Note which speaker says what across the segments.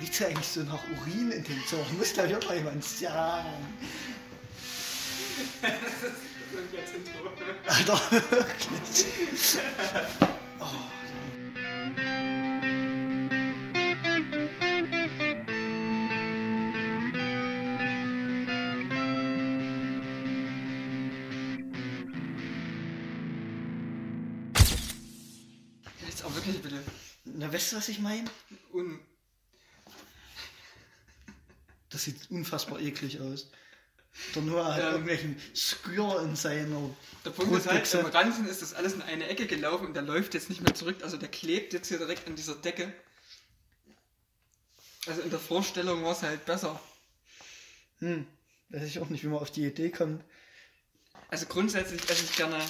Speaker 1: riecht es eigentlich so nach Urin in dem Zimmer. Muss, glaube ich, auch mal jemand sagen. Alter, wirklich.
Speaker 2: Jetzt auch wirklich bitte.
Speaker 1: Na, weißt du, was ich meine?
Speaker 2: Un.
Speaker 1: Das sieht unfassbar eklig aus. Der Noah hat
Speaker 2: Ja.
Speaker 1: irgendwelchen Skür in seiner
Speaker 2: Der Punkt ist halt,
Speaker 1: Brotbüchse.
Speaker 2: im Ranzen ist das alles in eine Ecke gelaufen und der läuft jetzt nicht mehr zurück. Also der klebt jetzt hier direkt an dieser Decke. Also in der Vorstellung war es halt besser.
Speaker 1: Hm, weiß ich auch nicht, wie man auf die Idee kommt.
Speaker 2: Also grundsätzlich esse ich gerne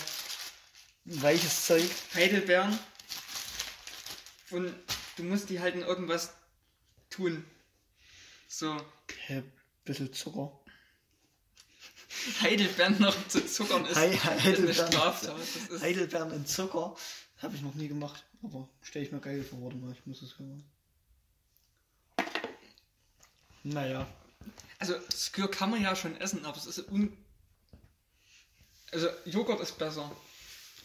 Speaker 1: Weiches Zeug.
Speaker 2: Heidelbeeren. Und du musst die halt in irgendwas tun. So,
Speaker 1: Hä, bisschen Zucker.
Speaker 2: Heidelbeeren noch zu zuckern ist,
Speaker 1: Hei-
Speaker 2: ist eine
Speaker 1: Heidelbeeren.
Speaker 2: Straftat. Das ist,
Speaker 1: Heidelbeeren in Zucker habe ich noch nie gemacht, aber stelle ich mir geil vor, warte mal, ich muss es hören. Naja,
Speaker 2: also Skür kann man ja schon essen, aber es ist un... Also Joghurt ist besser.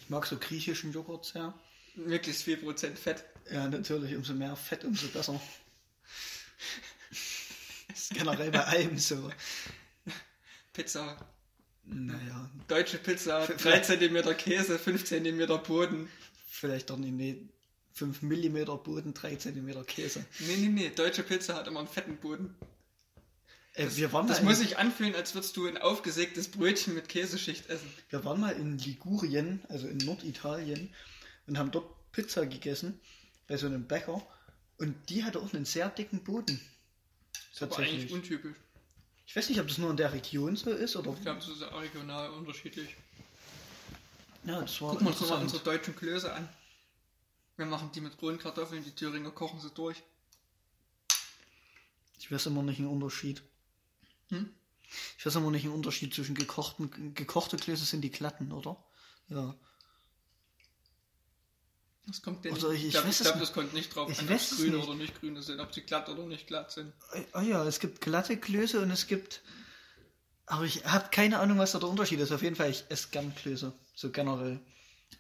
Speaker 1: ich mag so griechischen Joghurt sehr.
Speaker 2: Möglichst viel Prozent Fett.
Speaker 1: Ja, natürlich, umso mehr Fett, umso besser. ist generell bei allem so.
Speaker 2: Pizza.
Speaker 1: Naja,
Speaker 2: Deutsche Pizza.
Speaker 1: Für-
Speaker 2: 3 cm Käse, 5 cm Boden.
Speaker 1: vielleicht doch nicht, nee, 5 mm Boden, 3 cm Käse.
Speaker 2: Nee, nee, nee. Deutsche Pizza hat immer einen fetten Boden.
Speaker 1: Äh, wir waren
Speaker 2: Das
Speaker 1: mal
Speaker 2: muss
Speaker 1: in-
Speaker 2: sich anfühlen, als würdest du ein aufgesägtes Brötchen mit Käseschicht essen.
Speaker 1: Wir waren mal in Ligurien, also in Norditalien, und haben dort Pizza gegessen bei so einem Bäcker. Und die hatte auch einen sehr dicken Boden.
Speaker 2: Aber eigentlich
Speaker 1: Tatsächlich.
Speaker 2: untypisch.
Speaker 1: Ich weiß nicht, ob das nur in der Region so ist oder.
Speaker 2: Ich glaube, es ist auch regional unterschiedlich.
Speaker 1: Ja, das war
Speaker 2: Gucken wir uns doch mal
Speaker 1: Oh, interessant.
Speaker 2: unsere deutschen Klöße an. Wir machen die mit rohen Kartoffeln, die Thüringer kochen sie durch.
Speaker 1: Ich weiß immer nicht den Unterschied.
Speaker 2: Hm?
Speaker 1: Ich weiß immer nicht den Unterschied zwischen gekochten, gekochte Klöße sind die glatten, oder? Ja.
Speaker 2: Das kommt denn
Speaker 1: Also
Speaker 2: nicht.
Speaker 1: ich-
Speaker 2: glaub,
Speaker 1: ich weiß
Speaker 2: ich
Speaker 1: es
Speaker 2: glaube,
Speaker 1: nicht.
Speaker 2: das kommt nicht drauf
Speaker 1: Ich
Speaker 2: an, ob
Speaker 1: weiß
Speaker 2: sie
Speaker 1: es
Speaker 2: grün
Speaker 1: nicht.
Speaker 2: oder nicht grün sind, ob sie glatt oder nicht glatt sind.
Speaker 1: Ah ja, es gibt glatte Klöße und es gibt. Aber ich habe keine Ahnung, was da der Unterschied ist. Auf jeden Fall, ich esse gern Klöße. So generell.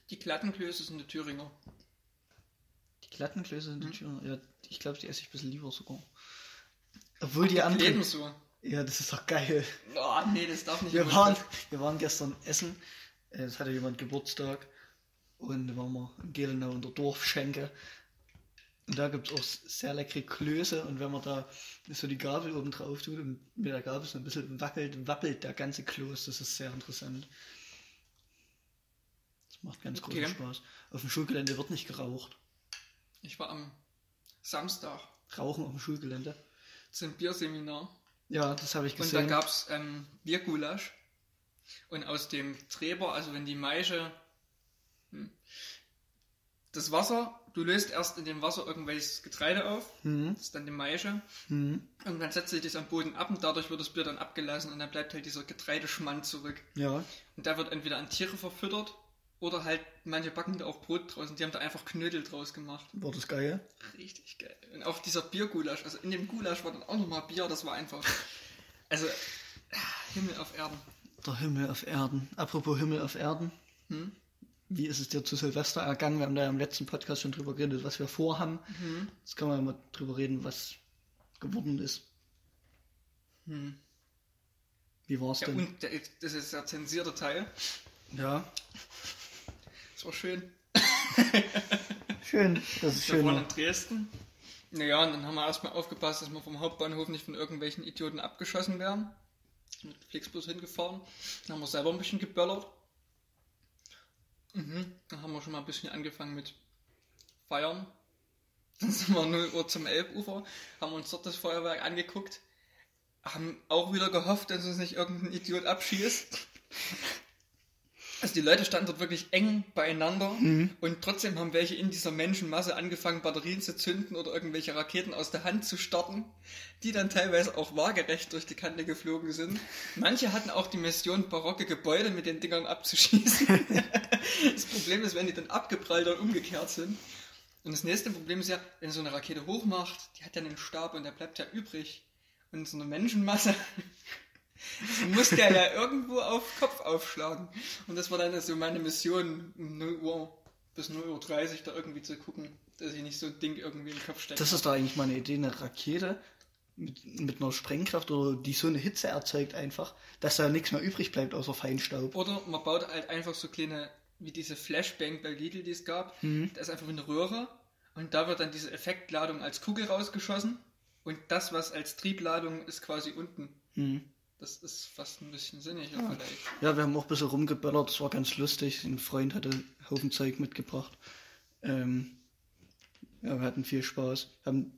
Speaker 2: Die glatten Klöße sind die Thüringer.
Speaker 1: Die glatten Klöße sind die Thüringer. Ja, ich glaube, die esse ich ein bisschen lieber sogar. Obwohl die
Speaker 2: Leben
Speaker 1: anderen.
Speaker 2: so.
Speaker 1: Ja, das ist doch geil.
Speaker 2: Oh, nee, das darf nicht.
Speaker 1: Wir
Speaker 2: immer-
Speaker 1: waren, wir waren gestern essen. Äh, Es hatte jemand Geburtstag. Und da waren wir in Gelenau in der Dorfschenke. Und da gibt es auch sehr leckere Klöße. Und wenn man da so die Gabel oben drauf tut und mit der Gabel so ein bisschen wackelt, wappelt der ganze Kloß. Das ist sehr interessant. Das macht ganz großen
Speaker 2: Okay.
Speaker 1: Spaß. Auf dem Schulgelände wird nicht geraucht.
Speaker 2: Ich war am Samstag
Speaker 1: Rauchen auf dem Schulgelände.
Speaker 2: zum Bierseminar
Speaker 1: Ja, das habe ich
Speaker 2: und
Speaker 1: gesehen.
Speaker 2: da gab es ähm, Biergulasch. Und aus dem Treber, also wenn die Maische. Hm, das Wasser, du löst erst in dem Wasser irgendwelches Getreide auf,
Speaker 1: Hm,
Speaker 2: das ist dann die Maische.
Speaker 1: hm,
Speaker 2: Und dann setzt sich das am Boden ab und dadurch wird das Bier dann abgelassen und dann bleibt halt dieser Getreideschmand zurück.
Speaker 1: ja.
Speaker 2: Und der wird entweder an Tiere verfüttert oder halt, manche backen da auch Brot draus und die haben da einfach Knödel draus gemacht.
Speaker 1: War das geil?
Speaker 2: Richtig geil. Und auch dieser Biergulasch, also in dem Gulasch war dann auch nochmal Bier, das war einfach. Also, ah, Himmel auf Erden.
Speaker 1: Der Himmel auf Erden. Apropos Himmel auf Erden.
Speaker 2: Hm?
Speaker 1: Wie ist es dir zu Silvester ergangen? Wir haben da ja im letzten Podcast schon drüber geredet, was wir vorhaben.
Speaker 2: Hm?
Speaker 1: Jetzt können wir mal drüber reden, was geworden ist.
Speaker 2: Hm.
Speaker 1: Wie war's
Speaker 2: Ja,
Speaker 1: denn?
Speaker 2: und der, das ist der zensierte Teil.
Speaker 1: Ja.
Speaker 2: Das war schön.
Speaker 1: Schön, das ist
Speaker 2: Wir
Speaker 1: schön.
Speaker 2: waren in Dresden. Naja, und dann haben wir erstmal aufgepasst, dass wir vom Hauptbahnhof nicht von irgendwelchen Idioten abgeschossen werden. Sind mit Flixbus hingefahren. Dann haben wir selber ein bisschen geböllert. Mhm. Dann haben wir schon mal ein bisschen angefangen mit Feiern. Dann sind wir 0 Uhr zum Elbufer, haben uns dort das Feuerwerk angeguckt, haben auch wieder gehofft, dass uns nicht irgendein Idiot abschießt. Also die Leute standen dort wirklich eng beieinander und trotzdem haben welche in dieser Menschenmasse angefangen, Batterien zu zünden oder irgendwelche Raketen aus der Hand zu starten, die dann teilweise auch waagerecht durch die Kante geflogen sind. Manche hatten auch die Mission, barocke Gebäude mit den Dingern abzuschießen. das Problem ist, wenn die dann abgeprallt und umgekehrt sind, Und das nächste Problem ist ja, wenn so eine Rakete hochmacht, die hat ja einen Stab und der bleibt ja übrig. Und in so eine Menschenmasse muss der ja irgendwo auf Kopf aufschlagen. Und das war dann so meine Mission, um 0 Uhr bis 0.30 Uhr da irgendwie zu gucken, dass ich nicht so ein Ding irgendwie in den Kopf stecke.
Speaker 1: Das ist da eigentlich meine Idee, eine Rakete mit, mit einer Sprengkraft oder die so eine Hitze erzeugt einfach, dass da nichts mehr übrig bleibt außer Feinstaub.
Speaker 2: Oder man baut halt einfach so kleine, wie diese Flashbang bei Lidl, die es gab.
Speaker 1: Mhm.
Speaker 2: Da ist einfach eine Röhre und da wird dann diese Effektladung als Kugel rausgeschossen und das, was als Triebladung ist, quasi unten.
Speaker 1: Mhm.
Speaker 2: Das ist fast ein bisschen sinniger
Speaker 1: Ah.
Speaker 2: vielleicht.
Speaker 1: Ja, wir haben auch ein bisschen rumgeböllert, das war ganz lustig. Ein Freund hatte einen Haufen Zeug mitgebracht. Ähm, ja, wir hatten viel Spaß, haben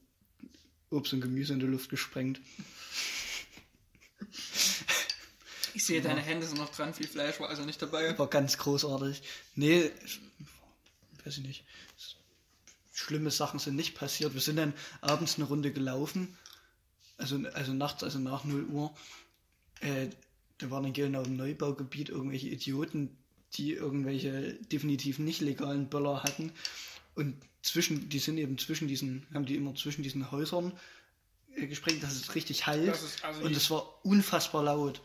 Speaker 1: Obst und Gemüse in die Luft gesprengt.
Speaker 2: Ich sehe, deine Hände sind noch dran, viel Fleisch war also nicht dabei.
Speaker 1: War ganz großartig. Nee, ich- weiß ich nicht. Schlimme Sachen sind nicht passiert. Wir sind dann abends eine Runde gelaufen. Also, also nachts, also nach 0 Uhr. Äh, da waren in Gildenau im Neubaugebiet irgendwelche Idioten, die irgendwelche definitiv nicht legalen Böller hatten. Und zwischen, die sind eben zwischen diesen, haben die immer zwischen diesen Häusern äh, gesprengt, dass es richtig halt.
Speaker 2: Das ist also assi.
Speaker 1: und es war unfassbar laut.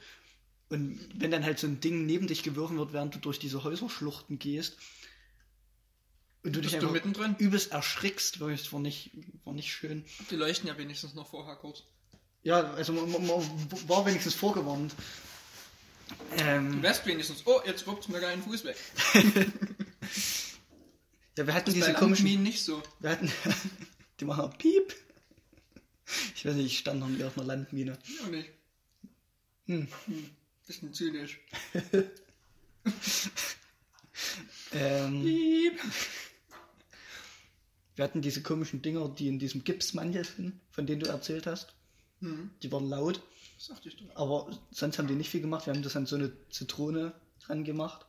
Speaker 1: Und wenn dann halt so ein Ding neben dich geworfen wird, während du durch diese Häuserschluchten gehst und du dich
Speaker 2: Bist du
Speaker 1: einfach
Speaker 2: mittendrin?
Speaker 1: übelst erschrickst, weil es war nicht, war nicht schön.
Speaker 2: Die leuchten ja wenigstens noch vorher kurz.
Speaker 1: Ja, also man, man, man war wenigstens vorgewarnt.
Speaker 2: Du
Speaker 1: Ähm,
Speaker 2: wärst wenigstens, oh, jetzt ruckt mir deinen Fuß weg.
Speaker 1: ja, wir hatten
Speaker 2: Bei
Speaker 1: diese
Speaker 2: Landminen
Speaker 1: komischen...
Speaker 2: nicht so.
Speaker 1: Wir hatten... die machen Piep. Ich weiß nicht, ich stand noch nie auf einer Landmine.
Speaker 2: Ich auch nicht.
Speaker 1: Hm.
Speaker 2: Hm. Bisschen zynisch.
Speaker 1: Ähm,
Speaker 2: Piep.
Speaker 1: wir hatten diese komischen Dinger, die in diesem Gipsmantel sind, von denen du erzählt hast.
Speaker 2: Hm.
Speaker 1: Die waren laut.
Speaker 2: Das dachte ich doch.
Speaker 1: Aber sonst haben die nicht viel gemacht. Wir haben das an so eine Zitrone dran gemacht.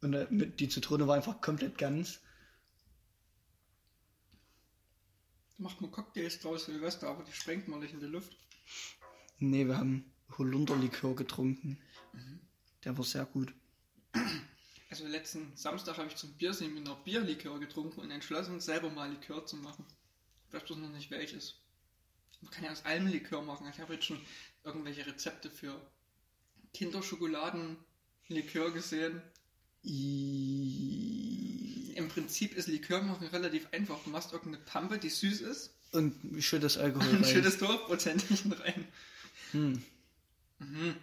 Speaker 1: Und äh, mit- die Zitrone war einfach komplett ganz.
Speaker 2: Da macht man Cocktails draus, Silvester, aber die sprengt man nicht in die Luft.
Speaker 1: Nee, wir haben Holunderlikör getrunken. Der war sehr gut.
Speaker 2: Also letzten Samstag habe ich zum Bierseminar Bierlikör getrunken und entschlossen, selber mal Likör zu machen. Ich weiß bloß noch nicht welches. Man kann ja aus allem Likör machen. Ich habe jetzt schon irgendwelche Rezepte für Kinderschokoladen-Likör gesehen.
Speaker 1: I-
Speaker 2: Im Prinzip ist Likör machen relativ einfach. Du machst irgendeine Pampe, die süß ist,
Speaker 1: Und schüttest Alkohol rein.
Speaker 2: und schüttest hochprozentigen rein.
Speaker 1: Hm.
Speaker 2: Mhm.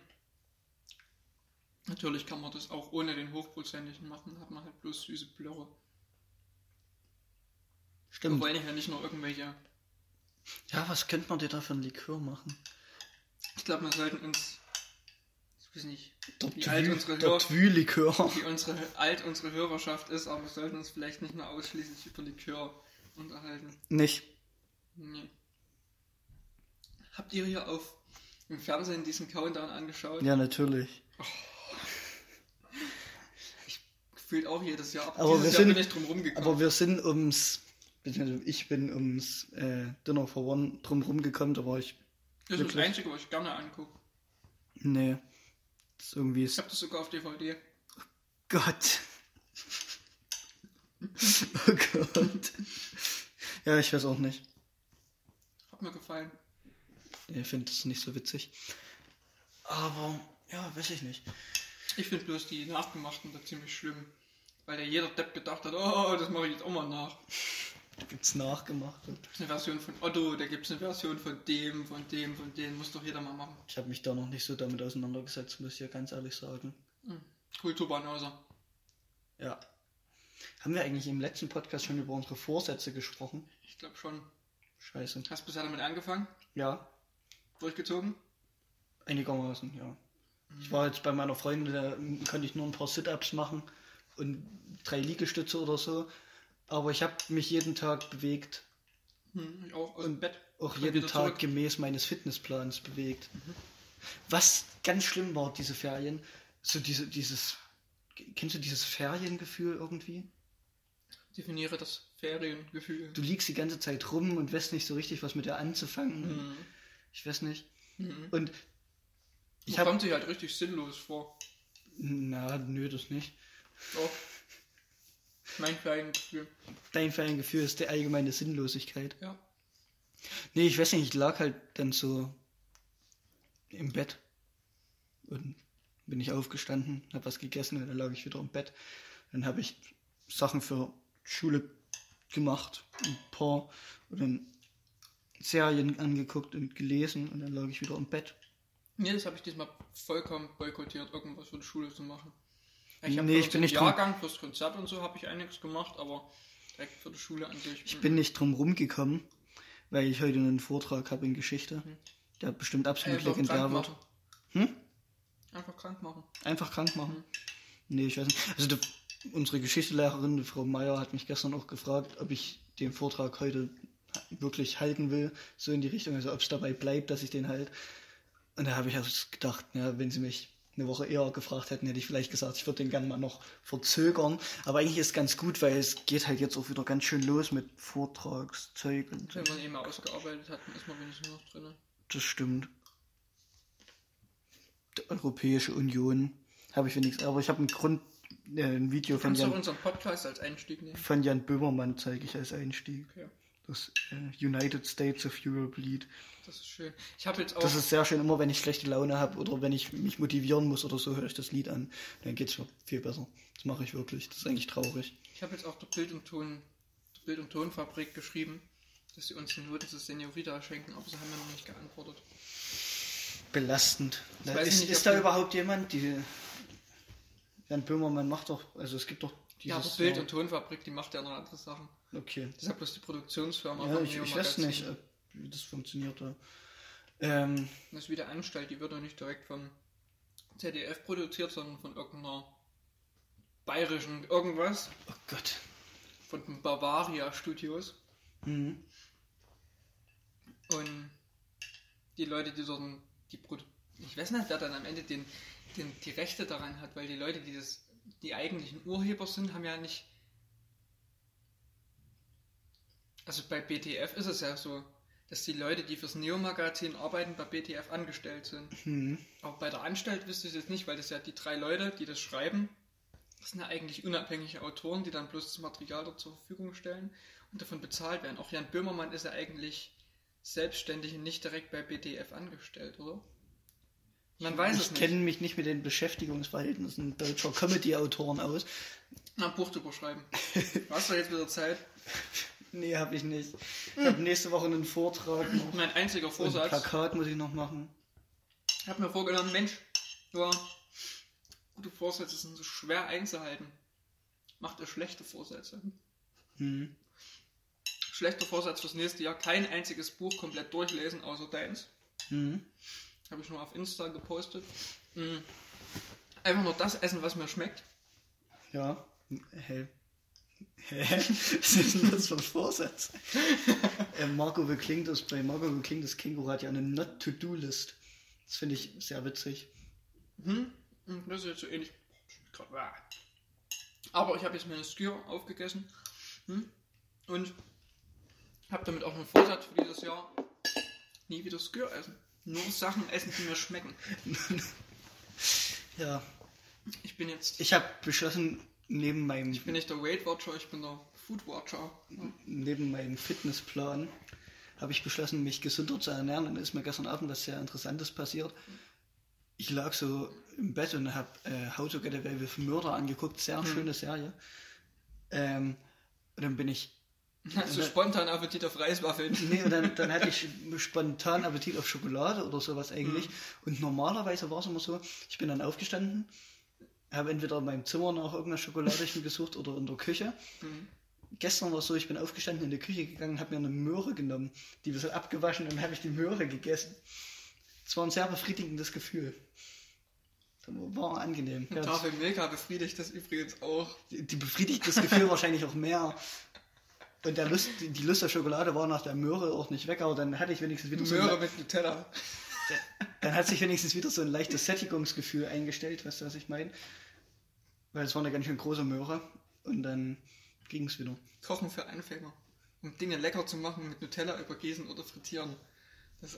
Speaker 2: Natürlich kann man das auch ohne den hochprozentigen machen, hat man halt bloß süße Blöre. Wir
Speaker 1: Stimmt.
Speaker 2: wollen ja nicht nur irgendwelche
Speaker 1: Ja, was könnte man dir da für einen Likör machen?
Speaker 2: Ich glaube, wir sollten uns, ich weiß nicht,
Speaker 1: Der
Speaker 2: Wie alt
Speaker 1: Twü-
Speaker 2: unsere
Speaker 1: der
Speaker 2: Hör-
Speaker 1: Twü-Likör.
Speaker 2: wie unsere, alt unsere Hörerschaft ist, aber wir sollten uns vielleicht nicht mehr ausschließlich über Likör unterhalten.
Speaker 1: Nicht.
Speaker 2: Nee. Habt ihr hier auf im Fernsehen diesen Countdown angeschaut?
Speaker 1: Ja, natürlich.
Speaker 2: Gefühlt auch jedes Jahr. Aber,
Speaker 1: Aber wir
Speaker 2: dieses Jahr
Speaker 1: sind-
Speaker 2: bin ich drum rumgekommen.
Speaker 1: Aber wir sind ums, beziehungsweise ich bin ums äh, Dinner for One drum rumgekommen, da war ich.
Speaker 2: Das ist das
Speaker 1: wirklich?
Speaker 2: Einzige, was ich gerne angucke.
Speaker 1: Nee. Das ist irgendwie Oh
Speaker 2: Ich habe das sogar auf DVD.
Speaker 1: Gott. Oh Gott. Ja, ich weiß auch nicht.
Speaker 2: Hat mir gefallen.
Speaker 1: Ich finde das nicht so witzig. Aber, ja, weiß ich nicht.
Speaker 2: Ich finde bloß die Nachgemachten da ziemlich schlimm. Weil ja jeder Depp gedacht hat, oh, das mache ich jetzt auch mal nach.
Speaker 1: Da gibt's nachgemacht. Und
Speaker 2: gibt's eine Version von Otto, da gibt's eine Version von dem, von dem, von dem. Muss doch jeder mal machen.
Speaker 1: ich habe mich da noch nicht so damit auseinandergesetzt, muss ich ja ganz ehrlich sagen.
Speaker 2: Hm. Kulturbanauser.
Speaker 1: Ja. Haben wir eigentlich im letzten Podcast schon über unsere Vorsätze gesprochen?
Speaker 2: Ich glaube schon.
Speaker 1: Scheiße.
Speaker 2: Hast du bisher damit angefangen?
Speaker 1: Ja,
Speaker 2: Durchgezogen?
Speaker 1: einigermaßen, ja. Ich war jetzt bei meiner Freundin, da mm, konnte ich nur ein paar Sit-Ups machen und drei Liegestütze oder so. Aber ich habe mich jeden Tag bewegt.
Speaker 2: Hm, ich auch aus dem
Speaker 1: Und
Speaker 2: Bett.
Speaker 1: auch
Speaker 2: Und
Speaker 1: jeden
Speaker 2: wieder
Speaker 1: Tag
Speaker 2: zurück.
Speaker 1: gemäß meines Fitnessplans bewegt. Was ganz schlimm war, diese Ferien, so diese, dieses, kennst du dieses Feriengefühl irgendwie?
Speaker 2: Definiere das Feriengefühl.
Speaker 1: Du liegst die ganze Zeit rum und weißt nicht so richtig, was mit dir anzufangen.
Speaker 2: Hm.
Speaker 1: Ich weiß nicht.
Speaker 2: Hm.
Speaker 1: Und
Speaker 2: Ich
Speaker 1: ich habe,
Speaker 2: kommt sich halt richtig sinnlos vor.
Speaker 1: na, nö, das nicht.
Speaker 2: Doch. Mein Feriengefühl.
Speaker 1: Dein Feriengefühl ist die allgemeine Sinnlosigkeit.
Speaker 2: Ja.
Speaker 1: Nee, ich weiß nicht, ich lag halt dann so im Bett. Und bin ich aufgestanden, habe was gegessen und dann lag ich wieder im Bett. Dann habe ich Sachen für Schule gemacht, ein paar und dann Serien angeguckt und gelesen und dann lag ich wieder im Bett.
Speaker 2: Nee, das habe ich diesmal vollkommen boykottiert, irgendwas für die Schule zu machen.
Speaker 1: Nee,
Speaker 2: für
Speaker 1: ich bin
Speaker 2: den
Speaker 1: nicht dran.
Speaker 2: Jahrgang plus Konzert und so habe ich einiges gemacht, aber direkt für die Schule an sich. hm.
Speaker 1: Ich bin nicht drum rumgekommen, weil ich heute einen Vortrag habe in Geschichte, der bestimmt absolut
Speaker 2: einfach
Speaker 1: legendär
Speaker 2: krank
Speaker 1: wird.
Speaker 2: machen.
Speaker 1: Hm?
Speaker 2: Einfach krank machen.
Speaker 1: Einfach krank machen? Nee, ich weiß nicht. Also die, unsere Geschichtelehrerin, die Frau Meier, hat mich gestern auch gefragt, ob ich den Vortrag heute wirklich halten will, so in die Richtung, also ob es dabei bleibt, dass ich den halt. Und da habe ich erst gedacht, ja, wenn sie mich eine Woche eher gefragt hätten, hätte ich vielleicht gesagt, ich würde den gerne mal noch verzögern. Aber eigentlich ist es ganz gut, weil es geht halt jetzt auch wieder ganz schön los mit Vortragszeug und so.
Speaker 2: Wenn man eben ausgearbeitet hat, dann ist man wenigstens noch drin.
Speaker 1: Das stimmt. Die Europäische Union habe ich wenigstens, aber ich habe einen Grund, äh, ein Video von
Speaker 2: Kannst du auch
Speaker 1: Jan,
Speaker 2: unseren Podcast als Einstieg nehmen?
Speaker 1: von Jan Böhmermann zeige ich als Einstieg.
Speaker 2: Okay,
Speaker 1: Das äh, United States of Europe Lied.
Speaker 2: das ist schön. Ich habe jetzt auch.
Speaker 1: Das ist sehr schön, immer wenn ich schlechte Laune habe oder wenn ich mich motivieren muss oder so, höre ich das Lied an. Dann geht es mir viel besser. Das mache ich wirklich. Das ist eigentlich traurig.
Speaker 2: Ich habe jetzt auch der Bild- und, Ton, der Bild und Tonfabrik geschrieben, dass sie uns den Noten zu Senorita schenken, aber sie haben ja noch nicht geantwortet.
Speaker 1: Belastend. Na,
Speaker 2: weiß ich
Speaker 1: ist
Speaker 2: nicht, ob
Speaker 1: ist da
Speaker 2: die-
Speaker 1: überhaupt jemand, die. Jan Böhmermann macht doch, also es gibt doch
Speaker 2: ja, aber
Speaker 1: dieses
Speaker 2: Bild-
Speaker 1: Jahr-
Speaker 2: und Tonfabrik, die macht ja noch andere Sachen.
Speaker 1: Okay.
Speaker 2: Das ist ja bloß die Produktionsfirma.
Speaker 1: Ja,
Speaker 2: von
Speaker 1: ich,
Speaker 2: Neo
Speaker 1: ich weiß
Speaker 2: Magazin.
Speaker 1: nicht, ob, wie das funktioniert. ja. Ähm,
Speaker 2: Das ist wieder Anstalt, die wird doch nicht direkt vom ZDF produziert, sondern von irgendeiner bayerischen irgendwas,
Speaker 1: oh Gott.
Speaker 2: von den Bavaria Studios.
Speaker 1: Mhm.
Speaker 2: Und die Leute, die dort die Produ ich weiß nicht, wer dann am Ende den, den, die Rechte daran hat, weil die Leute, die das, die eigentlichen Urheber sind, haben ja nicht. Also bei BTF ist es ja so, dass die Leute, die fürs Neo-Magazin arbeiten, bei BTF angestellt sind.
Speaker 1: Mhm.
Speaker 2: Aber bei der Anstalt wüsste ich es jetzt nicht, weil das ja die drei Leute, die das schreiben, das sind ja eigentlich unabhängige Autoren, die dann bloß das Material dort zur Verfügung stellen und davon bezahlt werden. Auch Jan Böhmermann ist ja eigentlich selbstständig und nicht direkt bei BDF angestellt, oder? Man weiß es
Speaker 1: Ich
Speaker 2: nicht.
Speaker 1: kenne mich nicht mit den Beschäftigungsverhältnissen deutscher Comedy-Autoren aus.
Speaker 2: Na, Buch drüber schreiben. Hast du jetzt wieder Zeit?
Speaker 1: Nee, habe ich nicht. Ich
Speaker 2: Hm.
Speaker 1: habe nächste Woche einen Vortrag noch.
Speaker 2: Mein einziger
Speaker 1: Und ein
Speaker 2: Vorsatz.
Speaker 1: Plakat muss ich noch machen.
Speaker 2: Ich habe mir vorgenommen, Mensch, ja, gute Vorsätze sind so schwer einzuhalten. Macht ihr schlechte Vorsätze?
Speaker 1: Mhm.
Speaker 2: Schlechter Vorsatz fürs nächste Jahr, kein einziges Buch komplett durchlesen, außer deins.
Speaker 1: Mhm.
Speaker 2: Habe ich nur auf Insta gepostet. Mm. Einfach nur das essen, was mir schmeckt.
Speaker 1: Ja. Hä? Hä? Was ist denn das für ein Vorsatz? äh, Marco beklingt das bei Marco beklingt das Känguru hat ja eine Not-to-Do-List. Das finde ich sehr witzig.
Speaker 2: Hm? Mm, Das ist jetzt so ähnlich. Aber ich habe jetzt meine Skür aufgegessen. Hm? Und habe damit auch einen Vorsatz für dieses Jahr. Nie wieder Skür essen. Nur Sachen essen, die mir schmecken.
Speaker 1: Ja.
Speaker 2: Ich bin jetzt.
Speaker 1: Ich habe beschlossen, neben meinem
Speaker 2: Ich bin nicht der Weight Watcher, ich bin der Food Watcher.
Speaker 1: neben meinem Fitnessplan habe ich beschlossen, mich gesünder zu ernähren. Und ist mir gestern Abend was sehr Interessantes passiert. Ich lag so im Bett und habe äh, How to Get Away with Murder angeguckt. Sehr
Speaker 2: Mhm.
Speaker 1: schöne Serie. Ähm, und dann bin ich
Speaker 2: Hast du spontan Appetit auf Reiswaffeln?
Speaker 1: Nee, und dann, dann hatte ich spontan Appetit auf Schokolade oder sowas eigentlich. Und normalerweise war es immer so, ich bin dann aufgestanden, habe entweder in meinem Zimmer nach irgendeiner Schokoladchen gesucht oder in der Küche. Gestern war es so, ich bin aufgestanden, in die Küche gegangen, habe mir eine Möhre genommen, die wir so abgewaschen und dann habe ich die Möhre gegessen. Es war ein sehr befriedigendes Gefühl. War angenehm.
Speaker 2: Eine
Speaker 1: Ja,
Speaker 2: Tafel Milka befriedigt das übrigens auch.
Speaker 1: die die befriedigt das Gefühl wahrscheinlich auch mehr. Und der Lust, die Lust auf Schokolade war nach der Möhre auch nicht weg, aber dann hatte ich wenigstens wieder so
Speaker 2: Möhre
Speaker 1: ein,
Speaker 2: mit Nutella.
Speaker 1: dann hat sich wenigstens wieder so ein leichtes Sättigungsgefühl eingestellt, weißt du, was ich meine? Weil es war eine ganz schön große Möhre und dann ging es wieder.
Speaker 2: Kochen für Anfänger. Um Dinge lecker zu machen, mit Nutella übergießen oder frittieren. Das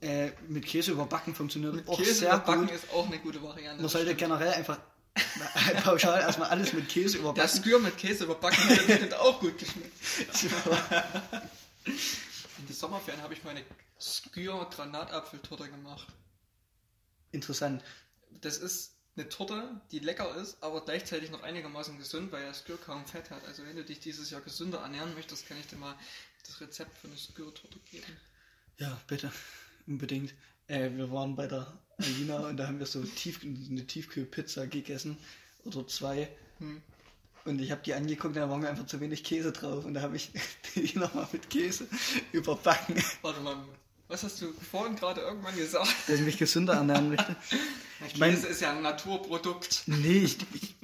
Speaker 1: Äh, mit Käse überbacken funktioniert
Speaker 2: mit
Speaker 1: auch
Speaker 2: Käse
Speaker 1: sehr
Speaker 2: überbacken
Speaker 1: gut.
Speaker 2: ist auch eine gute Variante.
Speaker 1: Man sollte
Speaker 2: Das stimmt.
Speaker 1: generell einfach Na, Pauschal erstmal alles mit Käse
Speaker 2: Der
Speaker 1: überbacken.
Speaker 2: Skür mit Käse überbacken hätte bestimmt auch gut geschmeckt. In den Sommerferien habe ich meine Skür-Granatapfeltorte gemacht.
Speaker 1: Interessant.
Speaker 2: Das ist eine Torte, die lecker ist, aber gleichzeitig noch einigermaßen gesund, weil ja Skür kaum Fett hat. Also wenn du dich dieses Jahr gesünder ernähren möchtest, kann ich dir mal das Rezept für eine Skür-Torte geben.
Speaker 1: Ja, bitte. Unbedingt. Äh, wir waren bei der Alina und da haben wir so tief, eine Tiefkühlpizza gegessen. Oder zwei.
Speaker 2: Hm.
Speaker 1: Und ich habe die angeguckt, da war mir einfach zu wenig Käse drauf. Und da habe ich die nochmal mit Käse überbacken,
Speaker 2: Warte mal, was hast du vorhin gerade irgendwann gesagt?
Speaker 1: dass ich mich gesünder ernähren möchte.
Speaker 2: Käse
Speaker 1: mein-
Speaker 2: ist ja ein Naturprodukt.
Speaker 1: Nee, ich, ich,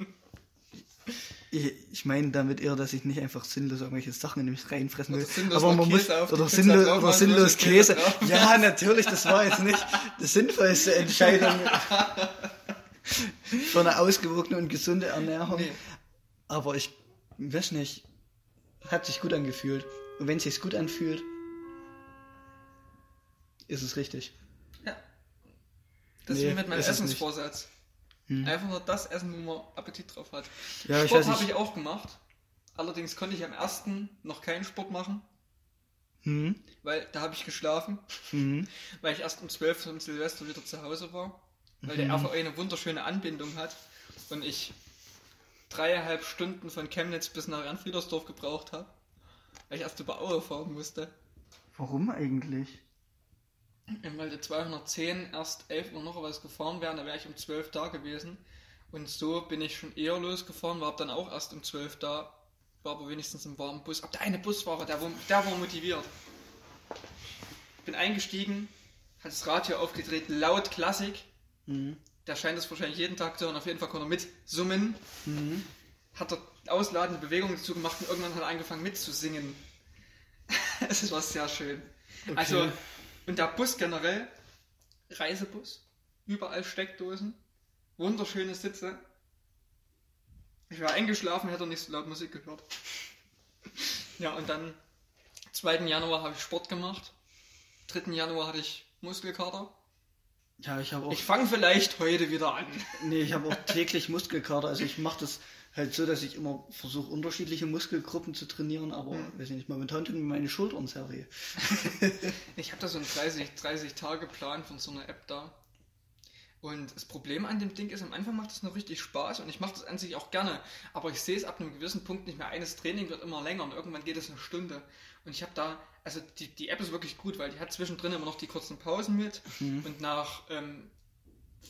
Speaker 1: ich, ich meine damit eher, dass ich nicht einfach sinnlos irgendwelche Sachen in mich reinfressen will.
Speaker 2: Oder sinnlos
Speaker 1: aber
Speaker 2: mal
Speaker 1: man muss,
Speaker 2: Käse auf die
Speaker 1: oder,
Speaker 2: Pizza
Speaker 1: sinnlos,
Speaker 2: drauf
Speaker 1: oder
Speaker 2: machen,
Speaker 1: sinnlos
Speaker 2: bloß
Speaker 1: Käse.
Speaker 2: Käse drauf.
Speaker 1: Ja, natürlich, das war jetzt nicht die sinnvollste Entscheidung für eine ausgewogene und gesunde Ernährung.
Speaker 2: Nee.
Speaker 1: Aber ich weiß nicht, hat sich gut angefühlt. Und wenn es sich gut anfühlt, ist es richtig.
Speaker 2: Ja. Das
Speaker 1: Nee,
Speaker 2: ist wie mit meinem
Speaker 1: ist es nicht.
Speaker 2: Essensvorsatz.
Speaker 1: Hm.
Speaker 2: Einfach nur das essen, wo man Appetit drauf hat.
Speaker 1: Ja, ich
Speaker 2: Sport
Speaker 1: weiß nicht.
Speaker 2: habe ich auch gemacht. Allerdings konnte ich am ersten noch keinen Sport machen,
Speaker 1: Hm?
Speaker 2: weil da habe ich geschlafen,
Speaker 1: Hm?
Speaker 2: weil ich erst um 12 Uhr am Silvester wieder zu Hause war, weil der RVE eine wunderschöne Anbindung hat und ich dreieinhalb Stunden von Chemnitz bis nach Ranfriedersdorf gebraucht habe, weil ich erst über Aue fahren musste.
Speaker 1: Warum eigentlich?
Speaker 2: Wenn weil der 210 erst 11 Uhr noch was gefahren wären, da wäre ich um 12 da gewesen. Und so bin ich schon eher losgefahren, war dann auch erst um 12 da, war aber wenigstens im warmen Bus. Aber der eine Busfahrer, der war, der war motiviert. Bin eingestiegen, hat das Radio aufgedreht, laut Klassik.
Speaker 1: Mhm.
Speaker 2: Der scheint es wahrscheinlich jeden Tag zu hören, auf jeden Fall konnte er mitsummen.
Speaker 1: Mhm.
Speaker 2: Hat dort ausladende Bewegungen dazu gemacht und irgendwann hat er angefangen mitzusingen. Es war sehr schön.
Speaker 1: Okay.
Speaker 2: Also, und der Bus generell, Reisebus, überall Steckdosen, wunderschöne Sitze. Ich war eingeschlafen, hätte nicht so laut Musik gehört. Ja, und dann 2. Januar habe ich Sport gemacht. 3. Januar hatte ich Muskelkater.
Speaker 1: Ja, ich habe auch
Speaker 2: Ich fange vielleicht heute wieder an.
Speaker 1: Nee, ich habe auch täglich Muskelkater. Also ich mache das halt so, dass ich immer versuche, unterschiedliche Muskelgruppen zu trainieren, aber
Speaker 2: Mhm.
Speaker 1: weiß ich nicht, momentan tun mir meine Schultern sehr weh.
Speaker 2: Ich habe da so einen 30, 30 Tage Plan von so einer App da. Und das Problem an dem Ding ist, am Anfang macht es noch richtig Spaß und ich mache das an sich auch gerne. Aber ich sehe es ab einem gewissen Punkt nicht mehr. Eines Training wird immer länger und irgendwann geht es eine Stunde. Und ich habe da, also die, die App ist wirklich gut, weil die hat zwischendrin immer noch die kurzen Pausen mit. Und nach ähm,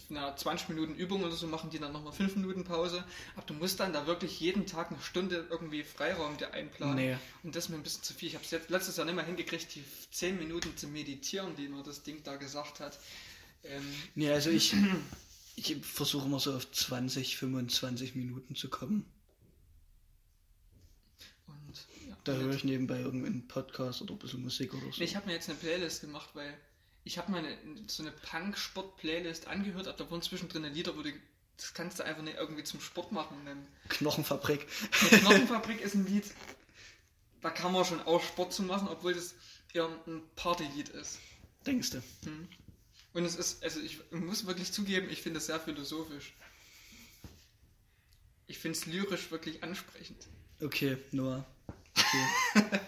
Speaker 2: einer 20 Minuten Übung oder so machen die dann nochmal 5 Minuten Pause. Aber du musst dann da wirklich jeden Tag eine Stunde irgendwie Freiraum dir einplanen.
Speaker 1: Nee.
Speaker 2: Und das ist mir ein bisschen zu viel. Ich habe es jetzt letztes Jahr nicht mehr hingekriegt, die 10 Minuten zu meditieren, die mir das Ding da gesagt hat. Ähm,
Speaker 1: Nee, also ich, ich versuche immer so auf 20, 25 Minuten zu kommen.
Speaker 2: und ja,
Speaker 1: Da höre ich nebenbei irgendeinen Podcast oder ein bisschen Musik oder so.
Speaker 2: Nee, ich habe mir jetzt eine Playlist gemacht, weil ich habe meine so eine Punk-Sport-Playlist angehört, aber da wurden zwischendrin Lieder, wo du, das kannst du einfach nicht irgendwie zum Sport machen nennen.
Speaker 1: Knochenfabrik.
Speaker 2: Die Knochenfabrik ist ein Lied, da kann man schon auch Sport zu machen, obwohl das eher ein Partylied ist.
Speaker 1: Denkst du?
Speaker 2: Hm. Und es ist, also ich muss wirklich zugeben, ich finde es sehr philosophisch. Ich finde es lyrisch wirklich ansprechend.
Speaker 1: Okay, Noah. Okay.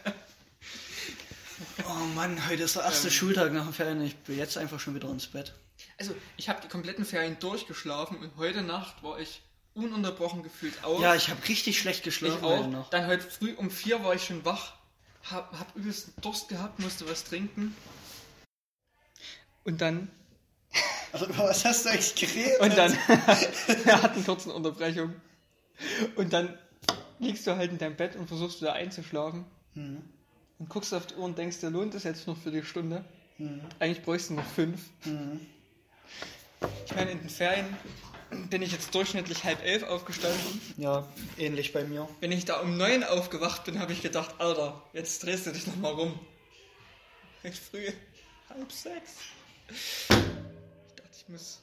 Speaker 1: oh Mann, heute ist der erste
Speaker 2: Ähm.
Speaker 1: Schultag nach den Ferien. Ich bin jetzt einfach schon wieder ins Bett.
Speaker 2: Also, ich habe die kompletten Ferien durchgeschlafen und heute Nacht war ich ununterbrochen gefühlt auf.
Speaker 1: Ja, ich habe richtig schlecht
Speaker 2: ich
Speaker 1: geschlafen heute
Speaker 2: auch.
Speaker 1: noch.
Speaker 2: Dann heute früh um vier war ich schon wach, hab, hab übelst Durst gehabt, musste was trinken. Und dann
Speaker 1: Also, über was hast du eigentlich geredet?
Speaker 2: Und dann, wir hatten kurz eine Unterbrechung. Und dann liegst du halt in deinem Bett und versuchst wieder einzuschlafen. Und guckst auf die Uhr und denkst, dir lohnt es jetzt noch für die Stunde. Eigentlich bräuchst du noch fünf. Ich meine, in den Ferien bin ich jetzt durchschnittlich halb elf aufgestanden.
Speaker 1: Ja, ähnlich bei mir.
Speaker 2: Wenn ich da um neun aufgewacht bin, habe ich gedacht, Alter, jetzt drehst du dich nochmal rum. Recht früh, halb sechs. Ich dachte, ich muss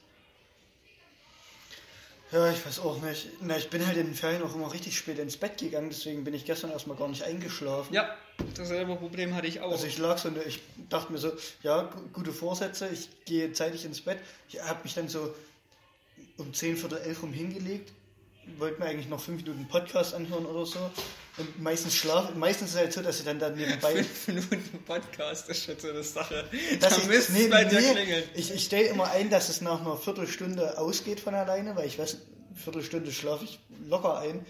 Speaker 1: Ja, ich weiß auch nicht. Na, ich bin halt in den Ferien auch immer richtig spät ins Bett gegangen, deswegen bin ich gestern erstmal gar nicht eingeschlafen.
Speaker 2: Ja, dasselbe Problem hatte ich auch.
Speaker 1: Also ich lag so und ich dachte mir so, ja, gu- gute Vorsätze, ich gehe zeitig ins Bett. Ich habe mich dann so um 10, Viertel elf rum hingelegt, wollte mir eigentlich noch fünf Minuten Podcast anhören oder so. Und meistens schlaf, meistens ist es halt so, dass ich dann da nebenbei.
Speaker 2: Fünf Minuten Podcast ist schon so eine Sache.
Speaker 1: Dass
Speaker 2: da
Speaker 1: ich,
Speaker 2: müsste es bei dir klingeln.
Speaker 1: ich, ich stelle immer ein, dass es nach einer Viertelstunde ausgeht von alleine, weil ich weiß, eine Viertelstunde schlafe ich locker ein.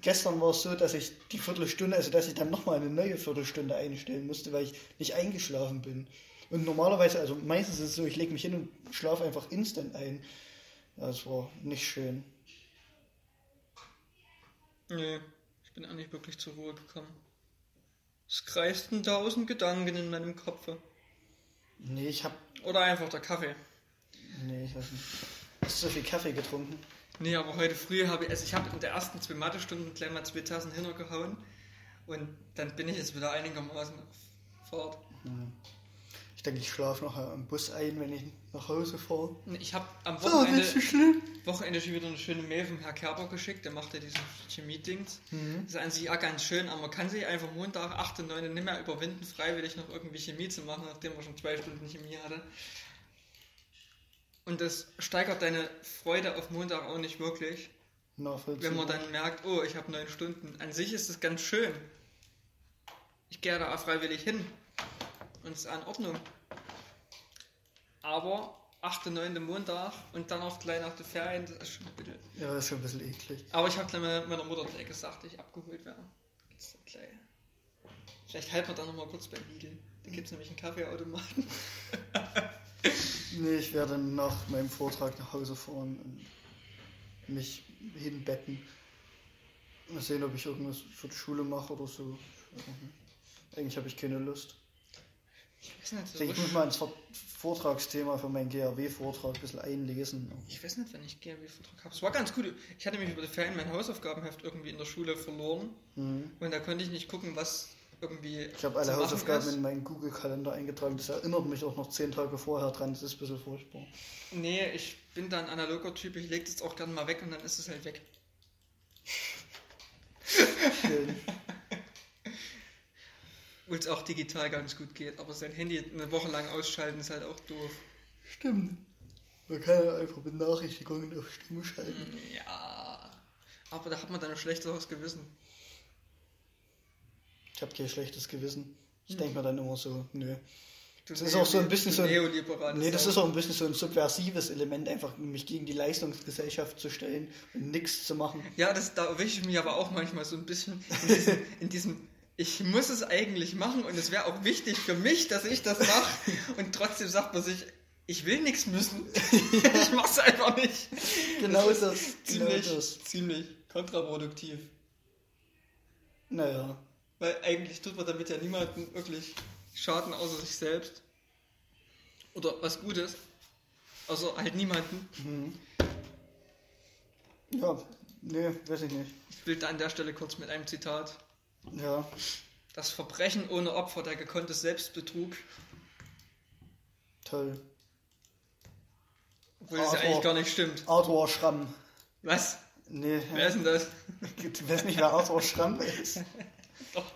Speaker 1: Gestern war es so, dass ich die Viertelstunde, also dass ich dann nochmal eine neue Viertelstunde einstellen musste, weil ich nicht eingeschlafen bin. Und normalerweise, also meistens ist es so, ich lege mich hin und schlafe einfach instant ein. Ja, das war nicht schön.
Speaker 2: Nee, ich bin auch nicht wirklich zur Ruhe gekommen. Es kreisten tausend Gedanken in meinem Kopf.
Speaker 1: Nee, ich habe
Speaker 2: Oder einfach der Kaffee.
Speaker 1: Nee, ich weiß nicht. Hast du so viel Kaffee getrunken?
Speaker 2: Nee, aber heute früh habe ich, also ich habe in der ersten zwei Mathestunden gleich mal zwei Tassen hintergehauen und dann bin ich jetzt wieder einigermaßen auf Fahrt.
Speaker 1: Ich denke, ich schlafe noch am Bus ein, wenn ich nach Hause fahre.
Speaker 2: Und Ich habe am
Speaker 1: So,
Speaker 2: Wochenende,
Speaker 1: nicht so schlimm.
Speaker 2: Wochenende schon wieder eine schöne Mail vom Herr Kerber geschickt, der macht ja diese Chemie-Dings.
Speaker 1: Mhm.
Speaker 2: Das ist an sich auch ganz schön, aber man kann sich einfach Montag, 8. und 9. nicht mehr überwinden, freiwillig noch irgendwie Chemie zu machen, nachdem man schon zwei Stunden Chemie hatte. Und das steigert deine Freude auf Montag auch nicht wirklich,
Speaker 1: Nachvollziehbar.
Speaker 2: wenn man dann merkt, oh, ich habe neun Stunden. An sich ist es ganz schön. Ich gehe da auch freiwillig hin. Und es ist auch in Ordnung. Aber 8. und 9. Montag und dann auch gleich nach den Ferien, das ist schon bitte.
Speaker 1: Ja, das ist schon ein bisschen eklig.
Speaker 2: Aber ich habe gleich mal meiner Mutter gleich gesagt, dass ich abgeholt werde. Geht's dann gleich. Vielleicht halten wir da nochmal kurz beim Lidl. Da gibt es
Speaker 1: Hm.
Speaker 2: nämlich einen Kaffeeautomaten.
Speaker 1: Nee, ich werde nach meinem Vortrag nach Hause fahren und mich hinbetten. Mal sehen, ob ich irgendwas für die Schule mache oder so. Ich weiß noch nicht. Eigentlich habe ich keine Lust.
Speaker 2: Ich weiß nicht,
Speaker 1: Ich,
Speaker 2: so
Speaker 1: denke, ich muss mal ins Vor- Vortragsthema für meinen GAW-Vortrag ein bisschen einlesen.
Speaker 2: ich weiß nicht, wenn ich GMW-Vertrag habe. Es war ganz gut. Ich hatte nämlich über die Ferien mein Hausaufgabenheft irgendwie in der Schule verloren.
Speaker 1: Mhm.
Speaker 2: Und da konnte ich nicht gucken, was irgendwie.
Speaker 1: Ich habe alle
Speaker 2: zu machen
Speaker 1: Hausaufgaben
Speaker 2: ist.
Speaker 1: in meinen Google-Kalender eingetragen. Das erinnert mich auch noch zehn Tage vorher dran. Das ist ein bisschen furchtbar.
Speaker 2: Nee, ich bin da ein analoger Typ. Ich lege das auch gerne mal weg und dann ist es halt weg.
Speaker 1: Schön.
Speaker 2: Obwohl es auch digital ganz gut geht. Aber sein Handy eine Woche lang ausschalten ist halt auch doof.
Speaker 1: Stimmt. Man kann ja einfach Benachrichtigungen auf Stumm schalten.
Speaker 2: Ja. Aber da hat man dann ein schlechteres Gewissen.
Speaker 1: Ich habe kein schlechtes Gewissen. Ich denk denke mir dann immer so, nö.
Speaker 2: Du
Speaker 1: Das ist auch so ein bisschen
Speaker 2: du
Speaker 1: so ein-
Speaker 2: Neoliberal.
Speaker 1: Nee, das ist auch ein bisschen so ein subversives Element, einfach mich gegen die Leistungsgesellschaft zu stellen und nichts zu machen.
Speaker 2: Ja, das, da erwische ich mich aber auch manchmal so ein bisschen in diesem, in diesem ich muss es eigentlich machen und es wäre auch wichtig für mich, dass ich das mache. Und trotzdem sagt man sich, ich will nichts müssen. ich mach's einfach nicht.
Speaker 1: Genau
Speaker 2: Das ist
Speaker 1: das. Genau
Speaker 2: Ziemlich,
Speaker 1: das.
Speaker 2: ziemlich kontraproduktiv.
Speaker 1: Naja.
Speaker 2: Weil eigentlich tut man damit ja niemandem wirklich Schaden außer sich selbst. Oder was Gutes. Außer halt niemanden.
Speaker 1: Mhm. Ja, nee, weiß ich nicht.
Speaker 2: Ich will da an der Stelle kurz mit einem Zitat.
Speaker 1: Ja.
Speaker 2: Das Verbrechen ohne Opfer, der gekonnte Selbstbetrug.
Speaker 1: Toll.
Speaker 2: Obwohl das ja
Speaker 1: Arthur.
Speaker 2: eigentlich gar nicht stimmt.
Speaker 1: Arthur Schramm.
Speaker 2: Was?
Speaker 1: Nee,
Speaker 2: Wer ist denn das?
Speaker 1: ich weiß nicht, wer Arthur Schramm ist.
Speaker 2: Doch,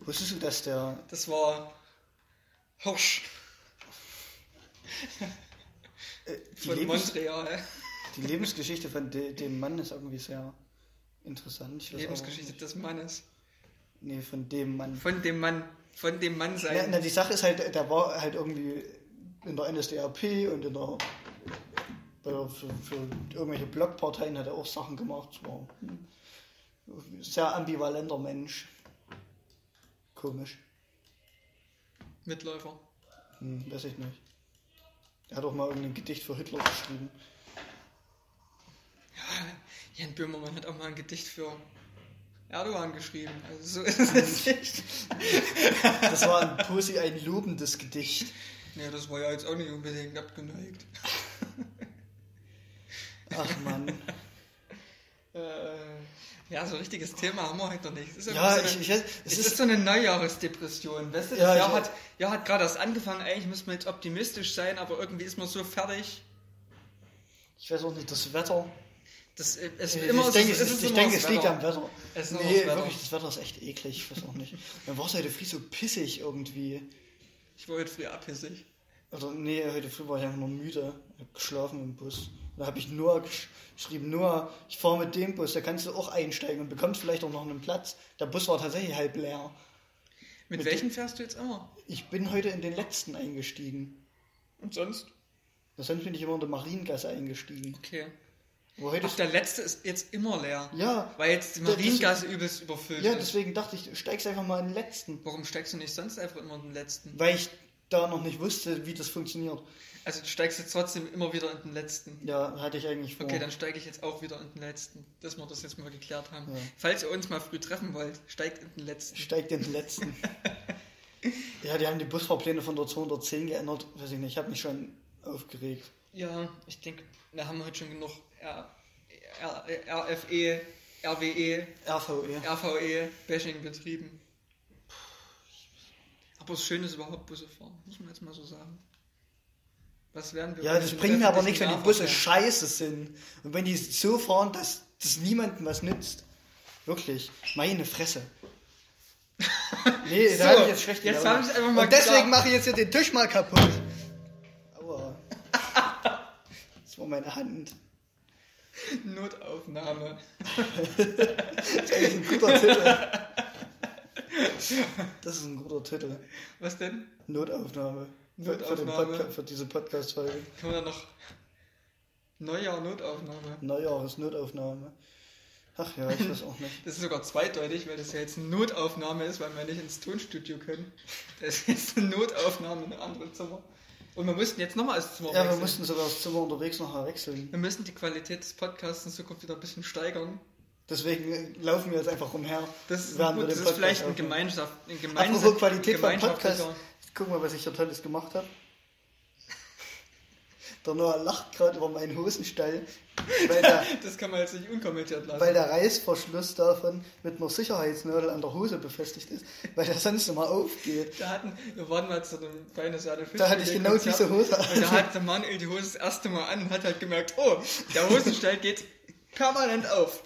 Speaker 1: Wusstest du, dass der.
Speaker 2: das war Hirsch
Speaker 1: Äh, die,
Speaker 2: von
Speaker 1: Lebens
Speaker 2: Montreal.
Speaker 1: die Lebensgeschichte von de, dem Mann ist irgendwie sehr interessant. Ich weiß
Speaker 2: Lebensgeschichte
Speaker 1: Auch,
Speaker 2: des Mannes.
Speaker 1: nee, von dem Mann.
Speaker 2: Von dem Mann. Von dem Mann
Speaker 1: Na,
Speaker 2: sein.
Speaker 1: na, die Sache ist halt, der war halt irgendwie in der NSDAP und in der. bei der- Für, für irgendwelche Blockparteien hat er auch Sachen gemacht. Es War ein sehr ambivalenter Mensch. Komisch.
Speaker 2: Mitläufer.
Speaker 1: Hm, weiß ich nicht. Er hat auch mal irgendein Gedicht für Hitler geschrieben.
Speaker 2: Jan Böhmermann hat auch mal ein Gedicht für Erdogan geschrieben. Also so ist es nicht.
Speaker 1: Das war ein Pussy, ein lobendes Gedicht.
Speaker 2: Nee, das war ja jetzt auch nicht unbedingt abgeneigt.
Speaker 1: Ach man.
Speaker 2: Äh, ja, so ein richtiges Thema haben wir heute noch nicht. Es ist,
Speaker 1: Ja,
Speaker 2: irgendwie so
Speaker 1: ich,
Speaker 2: eine,
Speaker 1: ich, es
Speaker 2: es
Speaker 1: ist,
Speaker 2: ist so eine Neujahresdepression. Weißt du, das
Speaker 1: Ja,
Speaker 2: Jahr,
Speaker 1: ich-
Speaker 2: hat, Jahr hat gerade erst angefangen. Eigentlich müssen wir jetzt optimistisch sein, aber irgendwie ist man so fertig.
Speaker 1: ich weiß auch nicht, das Wetter.
Speaker 2: Das, äh, es
Speaker 1: Ich,
Speaker 2: immer, es
Speaker 1: denke,
Speaker 2: ist-
Speaker 1: es,
Speaker 2: es ist
Speaker 1: ich
Speaker 2: immer
Speaker 1: denke,
Speaker 2: das
Speaker 1: es liegt
Speaker 2: Wetter.
Speaker 1: am Wetter.
Speaker 2: Es ist immer
Speaker 1: Nee,
Speaker 2: das Wetter.
Speaker 1: wirklich, das Wetter ist echt eklig, ich weiß auch nicht. Dann war es heute früh so pissig irgendwie. Also,
Speaker 2: Ich war heute früh abhissig.
Speaker 1: Oder nee, heute früh war ich einfach nur müde. Ich hab geschlafen im Bus. Da habe ich Noah gesch geschrieben, Noah, ich fahre mit dem Bus, da kannst du auch einsteigen und bekommst vielleicht auch noch einen Platz. Der Bus war tatsächlich halb leer.
Speaker 2: Mit,
Speaker 1: Mit
Speaker 2: welchen fährst du jetzt immer?
Speaker 1: Ich bin heute in den letzten eingestiegen.
Speaker 2: Und sonst?
Speaker 1: Sonst bin ich immer in der Mariengasse eingestiegen.
Speaker 2: Okay.
Speaker 1: Aber heute
Speaker 2: Ach, der letzte ist jetzt immer leer.
Speaker 1: ja,
Speaker 2: Weil jetzt die
Speaker 1: Das- das-
Speaker 2: Mariengasse übelst überfüllt
Speaker 1: ja,
Speaker 2: ist.
Speaker 1: deswegen dachte ich, du steigst einfach mal in den letzten.
Speaker 2: Warum steigst du nicht sonst einfach immer in den letzten?
Speaker 1: Weil ich da noch nicht wusste, wie das funktioniert.
Speaker 2: Also du steigst jetzt trotzdem immer wieder in den letzten.
Speaker 1: Ja, hatte ich eigentlich vor.
Speaker 2: Okay, dann steige ich jetzt auch wieder in den letzten. Dass wir das jetzt mal geklärt haben.
Speaker 1: Ja.
Speaker 2: Falls ihr uns mal früh treffen wollt, steigt in den letzten.
Speaker 1: Steigt in den letzten. ja, die haben die Busfahrpläne von der 210 geändert. Weiß ich nicht, ich habe mich schon aufgeregt.
Speaker 2: Ja, ich denke, wir haben heute schon genug R R E, RFE, RWE,
Speaker 1: RVE.
Speaker 2: RVE, E, Bashing betrieben. Aber es ist schön, dass überhaupt Busse fahren, muss man jetzt mal so sagen. Was werden wir
Speaker 1: Ja,
Speaker 2: ohne
Speaker 1: das
Speaker 2: den
Speaker 1: bringt mir aber
Speaker 2: öffentlichen
Speaker 1: nichts, wenn die Busse
Speaker 2: Nahverkehr?
Speaker 1: scheiße sind. Und wenn die so fahren, dass das niemandem was nützt. Wirklich. Meine Fresse. Nee,
Speaker 2: So,
Speaker 1: da habe ich jetzt schlecht
Speaker 2: jetzt hab ich's einfach mal
Speaker 1: Und deswegen
Speaker 2: gesagt.
Speaker 1: mache ich jetzt hier den Tisch mal kaputt. Aua. Das war meine Hand.
Speaker 2: Notaufnahme.
Speaker 1: Das ist eigentlich ein guter Titel. Das ist ein guter Titel.
Speaker 2: Was denn?
Speaker 1: Notaufnahme. Für- Für, den
Speaker 2: Notaufnahme.
Speaker 1: Podca- für diese Podcast-Folge.
Speaker 2: Kann man da noch. Neujahr Notaufnahme.
Speaker 1: Neujahres-Notaufnahme. Ach ja, ich weiß auch nicht.
Speaker 2: Das ist sogar zweideutig, weil das ja jetzt eine Notaufnahme ist, weil wir nicht ins Tonstudio können. Das ist jetzt eine Notaufnahme in einem anderen Zimmer. Und wir mussten jetzt nochmal ins Zimmer
Speaker 1: Ja, wir
Speaker 2: wechseln.
Speaker 1: mussten sogar das Zimmer unterwegs nochmal wechseln.
Speaker 2: wir müssen die Qualität des Podcasts in Zukunft wieder ein bisschen steigern.
Speaker 1: Deswegen laufen wir jetzt einfach rumher.
Speaker 2: Das ist,
Speaker 1: während
Speaker 2: gut,
Speaker 1: wir
Speaker 2: das
Speaker 1: den
Speaker 2: ist vielleicht ein,
Speaker 1: Podcast aufnehmen.
Speaker 2: Gemeinschaft, ein Gemeinschaft,
Speaker 1: Apropos Qualität beim Podcast.
Speaker 2: gemeinschaftlicher-
Speaker 1: Guck mal, was ich hier Tolles gemacht habe. Der Noah lacht gerade über meinen Hosenstall, weil der,
Speaker 2: Das kann man jetzt nicht unkommentiert lassen.
Speaker 1: weil der Reißverschluss davon mit einer Sicherheitsnadel an der Hose befestigt ist, weil der sonst immer aufgeht.
Speaker 2: da hatten, wir waren mal zu einem feinen Saal
Speaker 1: Da hatte ich genau diese Hose
Speaker 2: Und da
Speaker 1: an.
Speaker 2: hat der Mann die Hose das erste Mal an und hat halt gemerkt, oh, der Hosenstall geht permanent auf.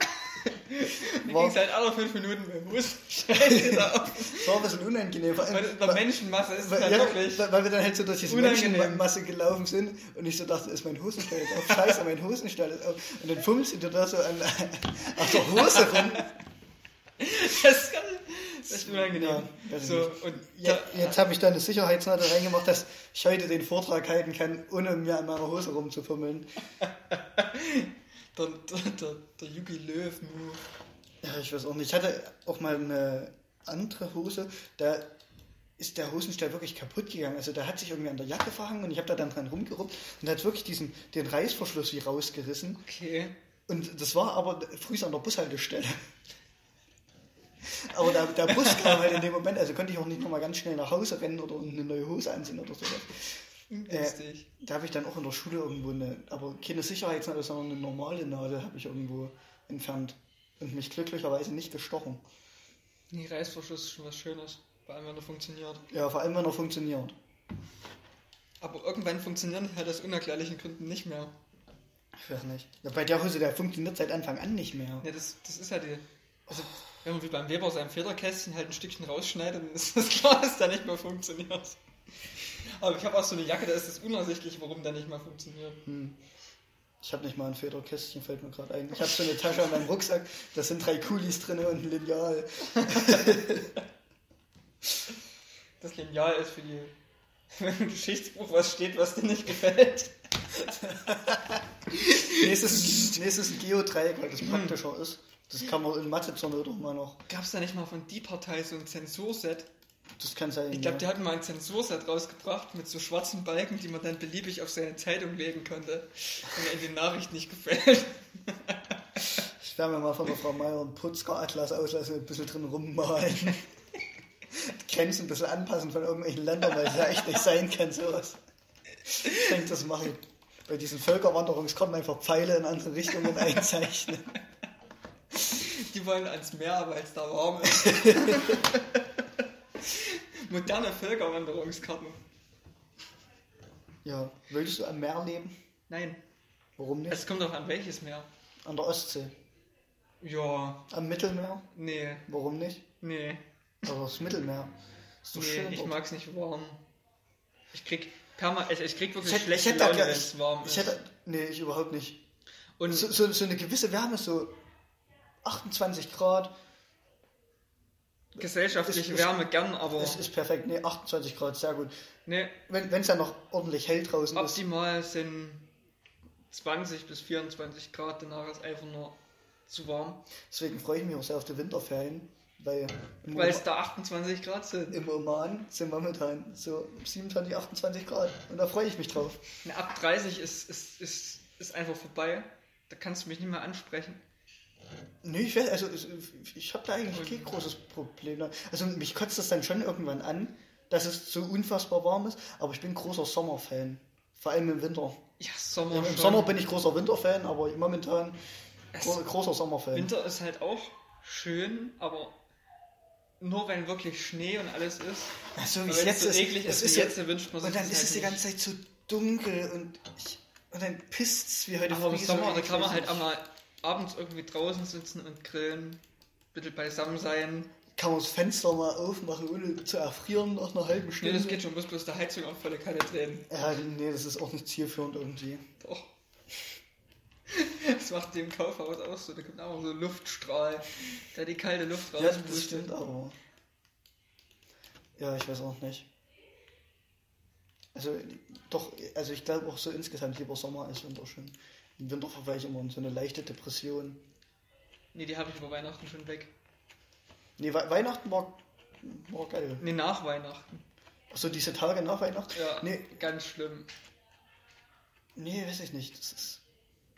Speaker 2: Mir
Speaker 1: War-
Speaker 2: ging es halt alle fünf Minuten mit dem Hosenstall wieder auf.
Speaker 1: Das war ein bisschen unangenehm. Vor allem-
Speaker 2: Weil in der Menschenmasse ist es
Speaker 1: weil,
Speaker 2: halt
Speaker 1: ja,
Speaker 2: wirklich.
Speaker 1: weil weil wir dann halt so durch diese
Speaker 2: unangenehm.
Speaker 1: Menschenmasse gelaufen sind und ich so dachte, ist mein Hosenstall jetzt auf? Scheiße, mein Hosenstall ist auf. Und dann fummelst du dir da so an, auf der Hose rum.
Speaker 2: Das ist, ganz- das ist unangenehm.
Speaker 1: Ja, weiß ich
Speaker 2: so, und
Speaker 1: Ja,
Speaker 2: da,
Speaker 1: jetzt habe ich da eine Sicherheitsnadel reingemacht, dass ich heute den Vortrag halten kann, ohne mir an meiner Hose rumzufummeln.
Speaker 2: der, der, der, der Yugi Löw-Move.
Speaker 1: Ja, ich weiß auch nicht. Ich hatte auch mal eine andere Hose, da ist der Hosenstall wirklich kaputt gegangen. Also da hat sich irgendwie an der Jacke verhangen und ich habe da dann dran rumgeruppt und da hat wirklich diesen, den Reißverschluss wie rausgerissen.
Speaker 2: Okay.
Speaker 1: Und das war aber früh an der Bushaltestelle. Aber der, der Bus kam halt in dem Moment, also konnte ich auch nicht nochmal ganz schnell nach Hause rennen oder eine neue Hose anziehen oder sowas. Äh,
Speaker 2: Ungünstig.
Speaker 1: Da habe ich dann auch in der Schule irgendwo eine, aber keine Sicherheitsnadel, sondern eine normale Nadel habe ich irgendwo entfernt und mich glücklicherweise nicht gestochen.
Speaker 2: Nee, Reißverschluss ist schon was Schönes. Vor allem, wenn er funktioniert.
Speaker 1: Ja, vor allem, wenn er funktioniert.
Speaker 2: Aber irgendwann funktionieren die halt aus unerklärlichen Gründen nicht mehr.
Speaker 1: Ich weiß nicht. Ja, bei der Hose, der funktioniert seit Anfang an nicht mehr.
Speaker 2: Ja, das, das ist ja die. Also, wenn man wie beim Weber sein Federkästchen halt ein Stückchen rausschneidet, dann ist das klar, dass der nicht mehr funktioniert. Aber ich habe auch so eine Jacke, da ist es unersichtlich, warum der nicht mehr funktioniert.
Speaker 1: Hm. Ich habe nicht mal ein Federkästchen, fällt mir gerade ein. Ich habe so eine Tasche an meinem Rucksack, da sind drei Kulis drin und ein Lineal.
Speaker 2: Das Lineal ist für die. Wenn im Geschichtsbuch was steht, was dir nicht gefällt.
Speaker 1: Nächstes, nächstes ein Geodreieck, weil das praktischer ist. Das kann man in Mathe zur Not auch mal noch.
Speaker 2: Gab es da nicht mal von die Partei so ein Zensurset?
Speaker 1: Das kann sein.
Speaker 2: Ich glaube, die
Speaker 1: ja.
Speaker 2: hatten mal ein Zensurset rausgebracht mit so schwarzen Balken, die man dann beliebig auf seine Zeitung legen konnte, wenn er in die Nachricht nicht gefällt.
Speaker 1: Ich werde mir mal von der Frau Meier einen Putzker-Atlas auslassen und ein bisschen drin rummalen. Die Grenzen ein bisschen anpassen von irgendwelchen Ländern, weil es ja echt nicht sein kann, sowas. Ich denke, das mache ich. Bei diesen Völkerwanderungskommen einfach Pfeile in andere Richtungen einzeichnen.
Speaker 2: Die wollen ans Meer, weil es da warm ist. Moderne Völkerwanderungskarten.
Speaker 1: Ja. Würdest du am Meer leben?
Speaker 2: Nein.
Speaker 1: Warum nicht?
Speaker 2: Es kommt doch an welches Meer.
Speaker 1: An der Ostsee.
Speaker 2: Ja,
Speaker 1: Am Mittelmeer?
Speaker 2: nee,
Speaker 1: Warum nicht?
Speaker 2: nee,
Speaker 1: Aber das Mittelmeer. Ist doch
Speaker 2: nee,
Speaker 1: schön.
Speaker 2: ich
Speaker 1: dort.
Speaker 2: mag's nicht warm. Ich krieg, perma ich, ich krieg wirklich
Speaker 1: Ich hätte, ich
Speaker 2: schlechte
Speaker 1: hätte da
Speaker 2: Laune, wenn
Speaker 1: gleich,
Speaker 2: es warm
Speaker 1: ich
Speaker 2: ist.
Speaker 1: hätte, Nee, ich überhaupt nicht.
Speaker 2: Und
Speaker 1: So, so, so eine gewisse Wärme, so 28 Grad,
Speaker 2: gesellschaftliche
Speaker 1: es- es-
Speaker 2: Wärme gern, aber
Speaker 1: ist, ist perfekt. Nee, 28 Grad, sehr gut.
Speaker 2: ne,
Speaker 1: Wenn es ja noch ordentlich hell draußen ist.
Speaker 2: optimal sind 20 bis 24 Grad, danach ist einfach nur zu warm,
Speaker 1: Deswegen freue ich mich auch sehr auf die Winterferien, weil im,
Speaker 2: weil es
Speaker 1: Oma-
Speaker 2: da 28 Grad sind.
Speaker 1: im Oman sind momentan so 27, 28 Grad. Und da freue ich mich drauf.
Speaker 2: Ne, ab 30 ist, ist, ist, ist einfach vorbei, da kannst du mich nicht mehr ansprechen.
Speaker 1: Nee, ich weiß, also es- ich habe da eigentlich kein großes Problem. damit. Also mich kotzt das dann schon irgendwann an, dass es so unfassbar warm ist, aber ich bin großer Sommerfan. Vor allem im Winter.
Speaker 2: Ja, Sommer
Speaker 1: Im, im
Speaker 2: schon.
Speaker 1: Sommer bin ich großer Winterfan, aber momentan
Speaker 2: Es-
Speaker 1: gro großer Sommerfan.
Speaker 2: Winter ist halt auch schön, aber nur wenn wirklich Schnee und alles ist.
Speaker 1: Ja, so wie
Speaker 2: Aber
Speaker 1: es
Speaker 2: wenn
Speaker 1: jetzt
Speaker 2: so
Speaker 1: ist.
Speaker 2: eklig
Speaker 1: es
Speaker 2: ist,
Speaker 1: ist
Speaker 2: wie
Speaker 1: ja-
Speaker 2: jetzt, dann wünscht man sich
Speaker 1: Und dann
Speaker 2: das
Speaker 1: ist
Speaker 2: halt
Speaker 1: es die
Speaker 2: nicht.
Speaker 1: ganze Zeit so dunkel und, ich, und dann pisst's wie heute
Speaker 2: Aber im
Speaker 1: früh
Speaker 2: Sommer, da
Speaker 1: eklig.
Speaker 2: kann man halt einmal abends irgendwie draußen sitzen und grillen, ein bisschen beisammen sein.
Speaker 1: Kann man das Fenster mal aufmachen, ohne zu erfrieren nach einer halben
Speaker 2: Nee,
Speaker 1: Stunde.
Speaker 2: das geht schon, muss bloß der Heizung auf volle Kanne drehen.
Speaker 1: ja, nee, das ist auch nicht zielführend irgendwie.
Speaker 2: Doch. Das macht die im Kaufhaus auch so, da kommt auch so ein Luftstrahl, der die kalte Luft
Speaker 1: Ja, das
Speaker 2: rauspustet.
Speaker 1: stimmt, aber. Ja, ich weiß auch nicht. Also, doch, also ich glaube auch so insgesamt lieber Sommer als Winter schon. Im Winter verfall ich immer in so eine leichte Depression.
Speaker 2: nee, die habe ich über Weihnachten schon weg.
Speaker 1: Nee, We Weihnachten war, war geil.
Speaker 2: Nee, nach Weihnachten.
Speaker 1: Achso, diese Tage nach Weihnachten?
Speaker 2: Ja,
Speaker 1: Nee,
Speaker 2: ganz schlimm.
Speaker 1: nee, weiß ich nicht. Das ist,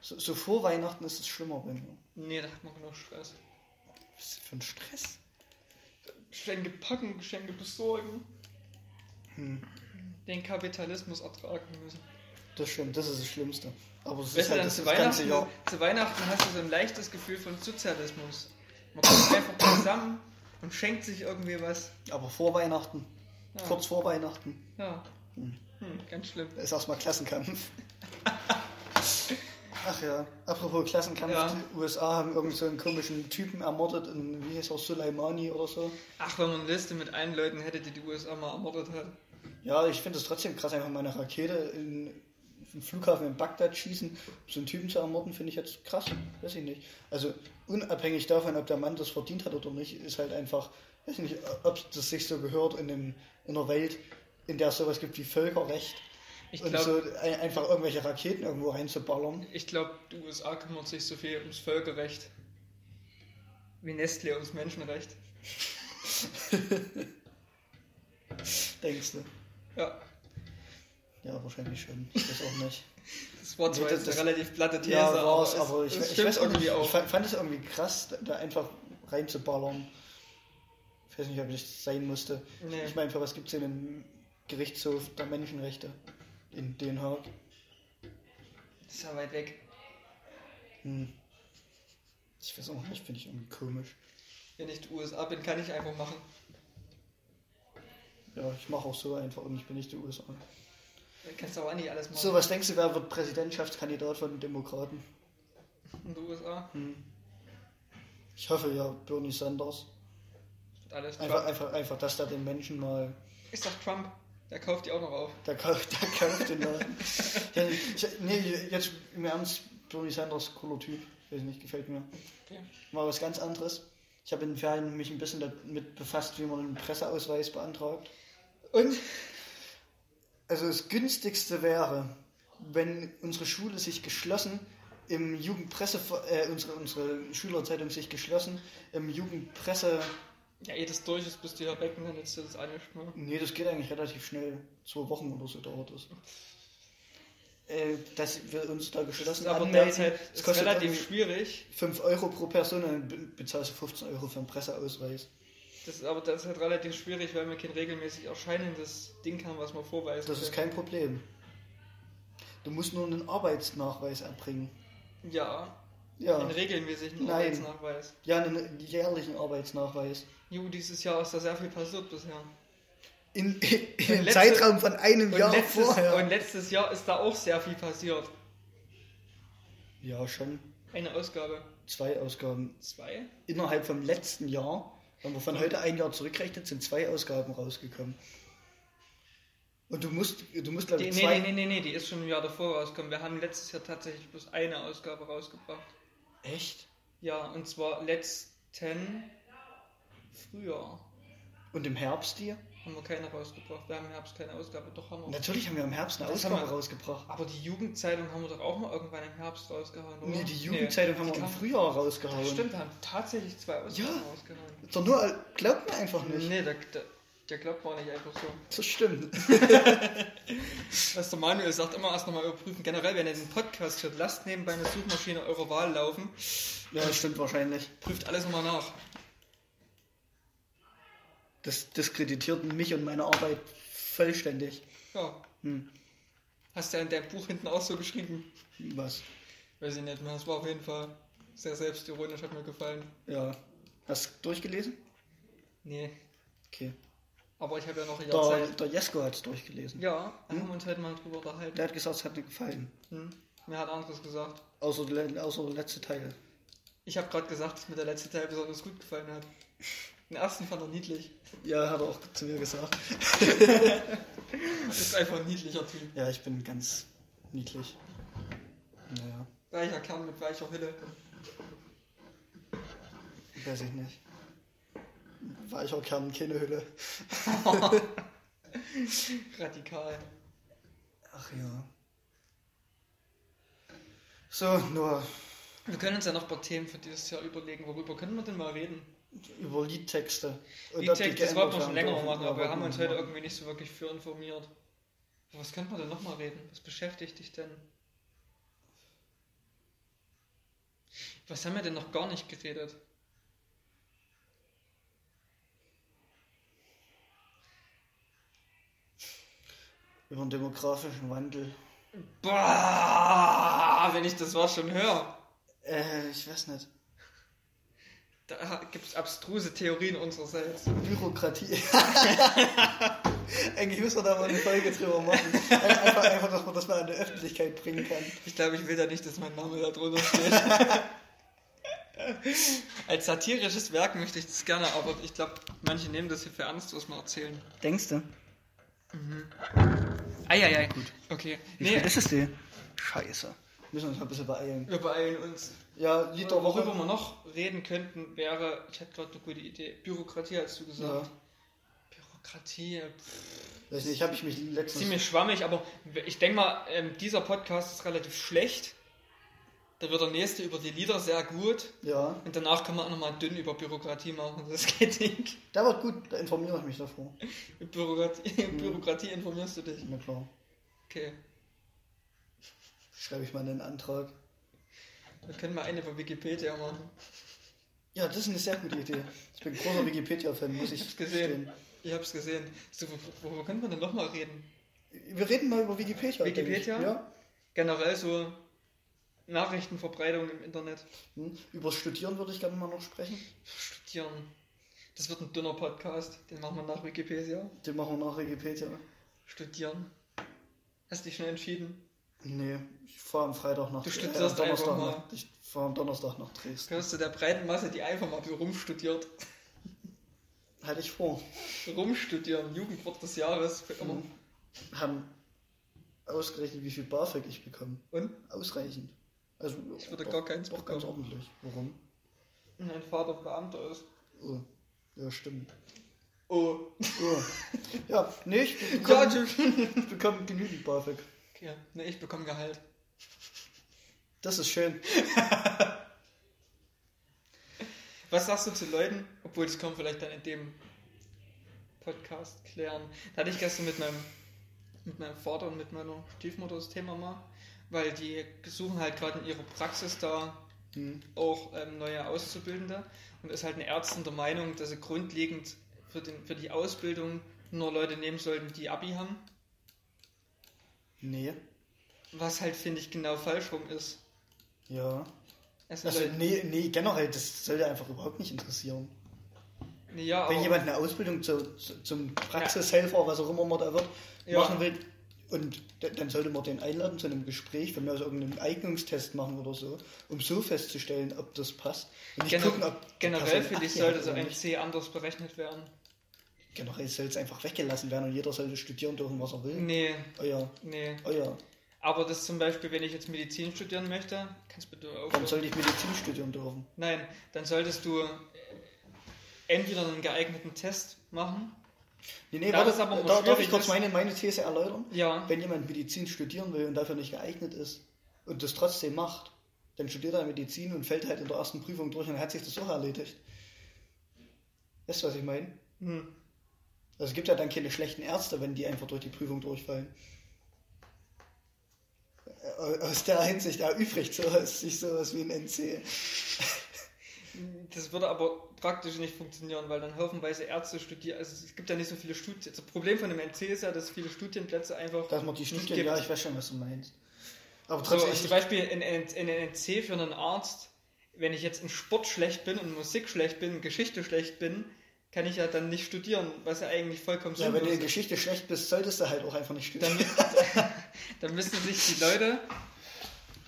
Speaker 1: so, so vor Weihnachten ist es schlimmer bei mir.
Speaker 2: Nee, da hat man genug Stress.
Speaker 1: Was ist das für ein Stress?
Speaker 2: Geschenke packen, Geschenke besorgen,
Speaker 1: Hm,
Speaker 2: den Kapitalismus ertragen müssen.
Speaker 1: das stimmt, das ist das Schlimmste. Aber es ist
Speaker 2: Weißt du,
Speaker 1: halt
Speaker 2: dann
Speaker 1: das,
Speaker 2: zu
Speaker 1: das ganze
Speaker 2: Weihnachten,
Speaker 1: Jahr.
Speaker 2: zu Weihnachten hast du so ein leichtes Gefühl von Sozialismus. Man kommt einfach zusammen und schenkt sich irgendwie was.
Speaker 1: Aber vor Weihnachten,
Speaker 2: Ja,
Speaker 1: kurz vor Weihnachten,
Speaker 2: ja.
Speaker 1: Hm.
Speaker 2: Hm, ganz schlimm.
Speaker 1: da ist erstmal Klassenkampf. Ach ja, apropos Klassenkampf,
Speaker 2: Ja.
Speaker 1: die USA haben irgend so einen komischen Typen ermordet, in, wie heißt er, Soleimani oder so.
Speaker 2: Ach, wenn man eine Liste mit allen Leuten hätte, die die USA mal ermordet hat.
Speaker 1: Ja, ich finde es trotzdem krass, einfach mal eine Rakete in einen Flughafen in Bagdad schießen, so einen Typen zu ermorden, finde ich jetzt krass. Weiß ich nicht. Also unabhängig davon, ob der Mann das verdient hat oder nicht, ist halt einfach, weiß ich nicht, ob das sich so gehört in, einem, in einer Welt, in der es sowas gibt wie Völkerrecht
Speaker 2: Ich
Speaker 1: und
Speaker 2: glaube,
Speaker 1: so ein, einfach irgendwelche Raketen irgendwo reinzuballern.
Speaker 2: ich glaub, die USA kümmert sich so viel ums Völkerrecht wie Nestle ums Menschenrecht.
Speaker 1: Denkst du?
Speaker 2: Ja,
Speaker 1: Ja, wahrscheinlich schon. Ich weiß auch nicht.
Speaker 2: das war zwar
Speaker 1: Nee, das-
Speaker 2: jetzt eine relativ platte These,
Speaker 1: ja, war's,
Speaker 2: es-
Speaker 1: aber ich,
Speaker 2: es
Speaker 1: ich
Speaker 2: stimmt
Speaker 1: weiß auch nicht,
Speaker 2: irgendwie
Speaker 1: ich
Speaker 2: auch.
Speaker 1: fa- fand es irgendwie krass, da- da einfach reinzuballern. Ich weiß nicht, ob das sein musste.
Speaker 2: Nee.
Speaker 1: Ich meine, für was gibt es denn im Gerichtshof der Menschenrechte in Den Haag?
Speaker 2: Das ist ja weit weg.
Speaker 1: Hm. Ich weiß auch nicht, finde ich irgendwie komisch.
Speaker 2: Wenn ich die USA bin, kann ich einfach machen.
Speaker 1: Ja, ich mache auch so einfach und ich bin nicht die USA.
Speaker 2: Du kannst aber auch nicht alles machen
Speaker 1: So, was denkst du, wer wird Präsidentschaftskandidat von den Demokraten?
Speaker 2: in den USA.
Speaker 1: Hm. Ich hoffe ja, Bernie Sanders.
Speaker 2: Wird Alles
Speaker 1: Einfach,
Speaker 2: Trump.
Speaker 1: einfach, einfach, dass da den Menschen mal
Speaker 2: Ich sag Trump, der kauft die auch noch auf.
Speaker 1: Da kauft, da kauft den Laden. ja, ich, nee, jetzt im Ernst, Bernie Sanders, cooler Typ. Weiß nicht, gefällt mir.
Speaker 2: Okay.
Speaker 1: Mal was ganz anderes. Ich habe in den Ferien mich ein bisschen damit befasst, wie man einen Presseausweis beantragt.
Speaker 2: Und?
Speaker 1: Also das günstigste wäre, wenn unsere Schule sich geschlossen im Jugendpresse äh, unsere unsere Schülerzeitung sich geschlossen im Jugendpresse
Speaker 2: Ja, eh, das durch ist, bist du ja weg und dann nützt dir das eine Schnur.
Speaker 1: Nee, das geht eigentlich relativ schnell. Zwei Wochen oder so dauert das. Äh, dass wir uns da
Speaker 2: Das
Speaker 1: geschlossen
Speaker 2: ist aber
Speaker 1: anmelden.
Speaker 2: derzeit
Speaker 1: Das
Speaker 2: ist
Speaker 1: kostet
Speaker 2: relativ
Speaker 1: irgendwie
Speaker 2: schwierig.
Speaker 1: 5 Euro pro Person, dann be- bezahlst du 15 Euro für einen Presseausweis.
Speaker 2: Das ist aber derzeit relativ schwierig, weil wir kein regelmäßig erscheinendes Ding haben, was wir vorweisen
Speaker 1: Das ist
Speaker 2: können.
Speaker 1: kein Problem. Du musst nur einen Arbeitsnachweis erbringen.
Speaker 2: Ja,
Speaker 1: Ja,
Speaker 2: einen regelmäßigen
Speaker 1: Ah. Nein.
Speaker 2: Arbeitsnachweis.
Speaker 1: ja einen jährlichen Arbeitsnachweis.
Speaker 2: Jo, dieses Jahr ist da sehr viel passiert bisher.
Speaker 1: In, in,
Speaker 2: Und
Speaker 1: im
Speaker 2: letzte-
Speaker 1: Zeitraum von einem
Speaker 2: Und,
Speaker 1: Jahr
Speaker 2: letztes,
Speaker 1: vorher.
Speaker 2: und letztes Jahr ist da auch sehr viel passiert.
Speaker 1: ja, schon
Speaker 2: Eine Ausgabe.
Speaker 1: zwei Ausgaben.
Speaker 2: Zwei?
Speaker 1: Innerhalb vom letzten Jahr, wenn man von heute ein Jahr zurückrechnet, sind zwei Ausgaben rausgekommen. Und du musst, du musst glaube
Speaker 2: Die,
Speaker 1: ich,
Speaker 2: nee,
Speaker 1: zwei.
Speaker 2: nee, nee, nee, nee, die ist schon ein Jahr davor rausgekommen. Wir haben letztes Jahr tatsächlich bloß eine Ausgabe rausgebracht.
Speaker 1: Echt?
Speaker 2: Ja, und zwar letzten Frühjahr
Speaker 1: Und im Herbst dir?
Speaker 2: haben wir keine rausgebracht. Wir haben im Herbst keine Ausgabe, doch haben wir.
Speaker 1: Natürlich haben wir im Herbst eine
Speaker 2: Das
Speaker 1: Ausgabe
Speaker 2: haben wir-
Speaker 1: rausgebracht.
Speaker 2: Aber die Jugendzeitung haben wir doch auch mal irgendwann im Herbst rausgehauen, oder?
Speaker 1: Nee, die Jugendzeitung haben wir
Speaker 2: Oh, die
Speaker 1: im
Speaker 2: kam-
Speaker 1: Frühjahr rausgehauen.
Speaker 2: Stimmt, wir haben tatsächlich zwei Ausgaben
Speaker 1: Ja.
Speaker 2: rausgehauen.
Speaker 1: Doch nur, glaubt mir einfach nicht.
Speaker 2: Nee, der, der, der glaubt man nicht einfach so.
Speaker 1: Das stimmt.
Speaker 2: Was der Manuel sagt, immer erst nochmal überprüfen. Generell, wenn ihr den Podcast hört, lasst nebenbei eine Suchmaschine eurer Wahl laufen.
Speaker 1: Ja, das stimmt wahrscheinlich.
Speaker 2: Prüft alles nochmal nach.
Speaker 1: Das diskreditiert mich und meine Arbeit vollständig.
Speaker 2: Ja.
Speaker 1: Hm.
Speaker 2: Hast du ja in deinem Buch hinten auch so geschrieben?
Speaker 1: Was?
Speaker 2: Weiß ich nicht mehr. Das war auf jeden Fall sehr selbstironisch, hat mir gefallen.
Speaker 1: Ja. Hast du durchgelesen?
Speaker 2: Nee.
Speaker 1: Okay.
Speaker 2: Aber ich habe ja noch ein Jahr
Speaker 1: Der,
Speaker 2: Zeit. Hm?
Speaker 1: der Jesko hat es durchgelesen.
Speaker 2: Ja, haben wir uns heute mal drüber unterhalten.
Speaker 1: Der hat gesagt, es hat ihm gefallen.
Speaker 2: Hm. Mir hat anderes gesagt.
Speaker 1: Außer, der le- außer der letzte Teil.
Speaker 2: Ich habe gerade gesagt, dass mir der letzte Teil besonders gut gefallen hat. Den ersten fand er niedlich.
Speaker 1: Ja, hat er auch zu mir gesagt.
Speaker 2: Ist einfach ein niedlicher Typ.
Speaker 1: Ja, ich bin ganz niedlich. Naja,
Speaker 2: Weicher Kern mit weicher Hülle.
Speaker 1: weiß ich nicht. Weicher Kern, keine Hülle.
Speaker 2: Radikal.
Speaker 1: Ach ja. So, Noah,
Speaker 2: Wir können uns ja noch ein paar Themen für dieses Jahr überlegen. Worüber können wir denn mal reden?
Speaker 1: über Liedtexte. Und ob die
Speaker 2: E-Tech, das
Speaker 1: geändert
Speaker 2: wollten wir
Speaker 1: werden
Speaker 2: schon länger mal
Speaker 1: dürfen.
Speaker 2: machen, aber wir haben uns heute
Speaker 1: Ja.
Speaker 2: irgendwie nicht so wirklich für informiert. Aber Was könnte man denn nochmal reden? Was beschäftigt dich denn? Was haben wir denn noch gar nicht geredet?
Speaker 1: Über den demografischen Wandel.
Speaker 2: Bah, wenn ich das Wort schon höre.
Speaker 1: Äh, ich weiß nicht.
Speaker 2: Da gibt es abstruse Theorien unsererseits.
Speaker 1: Bürokratie. Eigentlich müssen wir da mal eine Folge drüber machen. Einfach, einfach, dass man das mal an die Öffentlichkeit bringen kann.
Speaker 2: Ich glaube, ich will da nicht, dass mein Name da drunter steht. Als satirisches Werk möchte ich das gerne, aber ich glaube, manche nehmen das hier für ernst, was wir erzählen.
Speaker 1: Denkst du?
Speaker 2: Eieiei. Gut. Okay. Nee,
Speaker 1: ist es denn? Scheiße. Müssen wir uns mal ein bisschen beeilen.
Speaker 2: wir beeilen uns.
Speaker 1: Ja, Lied der
Speaker 2: Worüber
Speaker 1: Woche.
Speaker 2: wir noch reden könnten, wäre, ich hatte gerade eine gute Idee, Bürokratie, hast du gesagt.
Speaker 1: Ja.
Speaker 2: Bürokratie, pff,
Speaker 1: Weiß nicht, habe ich mich letztens.
Speaker 2: ziemlich schwammig, aber ich denke mal, ähm, dieser Podcast ist relativ schlecht. Da wird der nächste über die Lieder sehr gut.
Speaker 1: Ja,
Speaker 2: Und danach kann man auch nochmal dünn über Bürokratie machen. Das geht nicht.
Speaker 1: der war gut, da informiere ich mich davor.
Speaker 2: Mit Bürokratie, Bürokratie informierst du dich.
Speaker 1: Na klar.
Speaker 2: Okay.
Speaker 1: Schreibe ich mal einen Antrag.
Speaker 2: Wir können mal eine über Wikipedia machen.
Speaker 1: Ja, das ist eine sehr gute Idee. Ich bin großer Wikipedia-Fan, muss ich
Speaker 2: Ich hab's gesehen.
Speaker 1: gestehen.
Speaker 2: Ich hab's gesehen. So, worüber können wir denn nochmal reden?
Speaker 1: Wir reden mal über Wikipedia. denke ich.
Speaker 2: Wikipedia?
Speaker 1: Ja.
Speaker 2: Generell so Nachrichtenverbreitung im Internet.
Speaker 1: Hm. Über Studieren würde ich gerne mal noch sprechen.
Speaker 2: Studieren. Das wird ein dünner Podcast. Den machen wir nach Wikipedia.
Speaker 1: Den machen wir nach Wikipedia.
Speaker 2: Studieren. Hast dich schon entschieden?
Speaker 1: Nee, ich fahre am Freitag nach äh,
Speaker 2: Du studierst
Speaker 1: am Donnerstag
Speaker 2: einfach mal.
Speaker 1: nach, Ich fahre am Donnerstag nach Dresden.
Speaker 2: Gehörst du der breiten Masse, die einfach mal so rumstudiert?
Speaker 1: Hatte ich vor.
Speaker 2: Rumstudieren. Jugendwort des Jahres. Für immer.
Speaker 1: Mhm. Haben ausgerechnet, wie viel BAföG ich bekomme.
Speaker 2: Und?
Speaker 1: Ausreichend. Also,
Speaker 2: Ich würde gar keins
Speaker 1: Doch ganz
Speaker 2: bekommen.
Speaker 1: ordentlich. Warum?
Speaker 2: Mein Vater Beamter ist.
Speaker 1: Oh. Ja, stimmt.
Speaker 2: Oh.
Speaker 1: Oh. Ja, nee, ich
Speaker 2: Ja,
Speaker 1: bekomme,
Speaker 2: tschüss.
Speaker 1: ich bekomme genügend BAföG.
Speaker 2: Okay. Ne, ich bekomme Gehalt.
Speaker 1: Das ist schön.
Speaker 2: Was sagst du zu Leuten, obwohl das kommt vielleicht dann in dem Podcast klären. Da hatte ich gestern mit meinem, mit meinem Vater und mit meiner Stiefmutter das Thema mal, weil die suchen halt gerade in ihrer Praxis da
Speaker 1: Hm.
Speaker 2: auch ähm, neue Auszubildende und ist halt eine Ärztin der Meinung, dass sie grundlegend für, den, für die Ausbildung nur Leute nehmen sollten, die Abi haben.
Speaker 1: Nee.
Speaker 2: Was halt, finde ich, genau falsch rum ist.
Speaker 1: Ja.
Speaker 2: Es sind
Speaker 1: Also,
Speaker 2: Leute,
Speaker 1: nee, nee, generell, das sollte einfach überhaupt nicht interessieren.
Speaker 2: nee, ja,
Speaker 1: Wenn
Speaker 2: aber-
Speaker 1: jemand eine Ausbildung zu, zu, zum Praxishelfer, was auch immer man da wird,
Speaker 2: Ja.
Speaker 1: machen will, und d- dann sollte man den einladen zu einem Gespräch, wenn wir also irgendeinen Eignungstest machen oder so, um so festzustellen, ob das passt. Und nicht
Speaker 2: Gener
Speaker 1: gucken, ob die
Speaker 2: generell
Speaker 1: Person
Speaker 2: finde ich,
Speaker 1: Abi hat
Speaker 2: sollte so
Speaker 1: oder
Speaker 2: ein
Speaker 1: nicht.
Speaker 2: C anders berechnet werden.
Speaker 1: Generell soll es einfach weggelassen werden und jeder sollte studieren dürfen, was er will.
Speaker 2: Nee,
Speaker 1: Euer,
Speaker 2: nee.
Speaker 1: euer.
Speaker 2: Aber das zum Beispiel, wenn ich jetzt Medizin studieren möchte, kannst bitte
Speaker 1: Warum
Speaker 2: aufhören.
Speaker 1: sollte ich Medizin studieren dürfen?
Speaker 2: Nein, dann solltest du äh, entweder einen geeigneten Test machen.
Speaker 1: Nee, nee,
Speaker 2: Da
Speaker 1: warte,
Speaker 2: ist aber immer
Speaker 1: da, darf
Speaker 2: schwierig,
Speaker 1: ich kurz
Speaker 2: das-
Speaker 1: meine, meine These erläutern?
Speaker 2: Ja.
Speaker 1: Wenn jemand Medizin studieren will und dafür nicht geeignet ist und das trotzdem macht, dann studiert er Medizin und fällt halt in der ersten Prüfung durch und dann hat sich das auch erledigt. Weißt du, was ich meine?
Speaker 2: Hm.
Speaker 1: Also es gibt ja dann keine schlechten Ärzte, wenn die einfach durch die Prüfung durchfallen. Äh, Aus der Hinsicht erübrigt sowas, sich sowas wie ein NC.
Speaker 2: Das würde aber praktisch nicht funktionieren, weil dann haufenweise Ärzte studieren. Also es gibt ja nicht so viele Studien. Das Problem von dem NC ist ja, dass viele Studienplätze einfach.
Speaker 1: Dass man die
Speaker 2: nicht
Speaker 1: Studien,
Speaker 2: gibt.
Speaker 1: ja, ich weiß schon, was du meinst. Aber
Speaker 2: So,
Speaker 1: trotzdem,
Speaker 2: also zum Beispiel in NC für einen Arzt, wenn ich jetzt in Sport schlecht bin, in Musik schlecht bin, in Geschichte schlecht bin, kann ich ja dann nicht studieren, was ja eigentlich vollkommen
Speaker 1: ja, wenn du
Speaker 2: sinnlos
Speaker 1: in Geschichte schlecht bist, solltest du halt auch einfach nicht studieren.
Speaker 2: Dann müssen sich die Leute.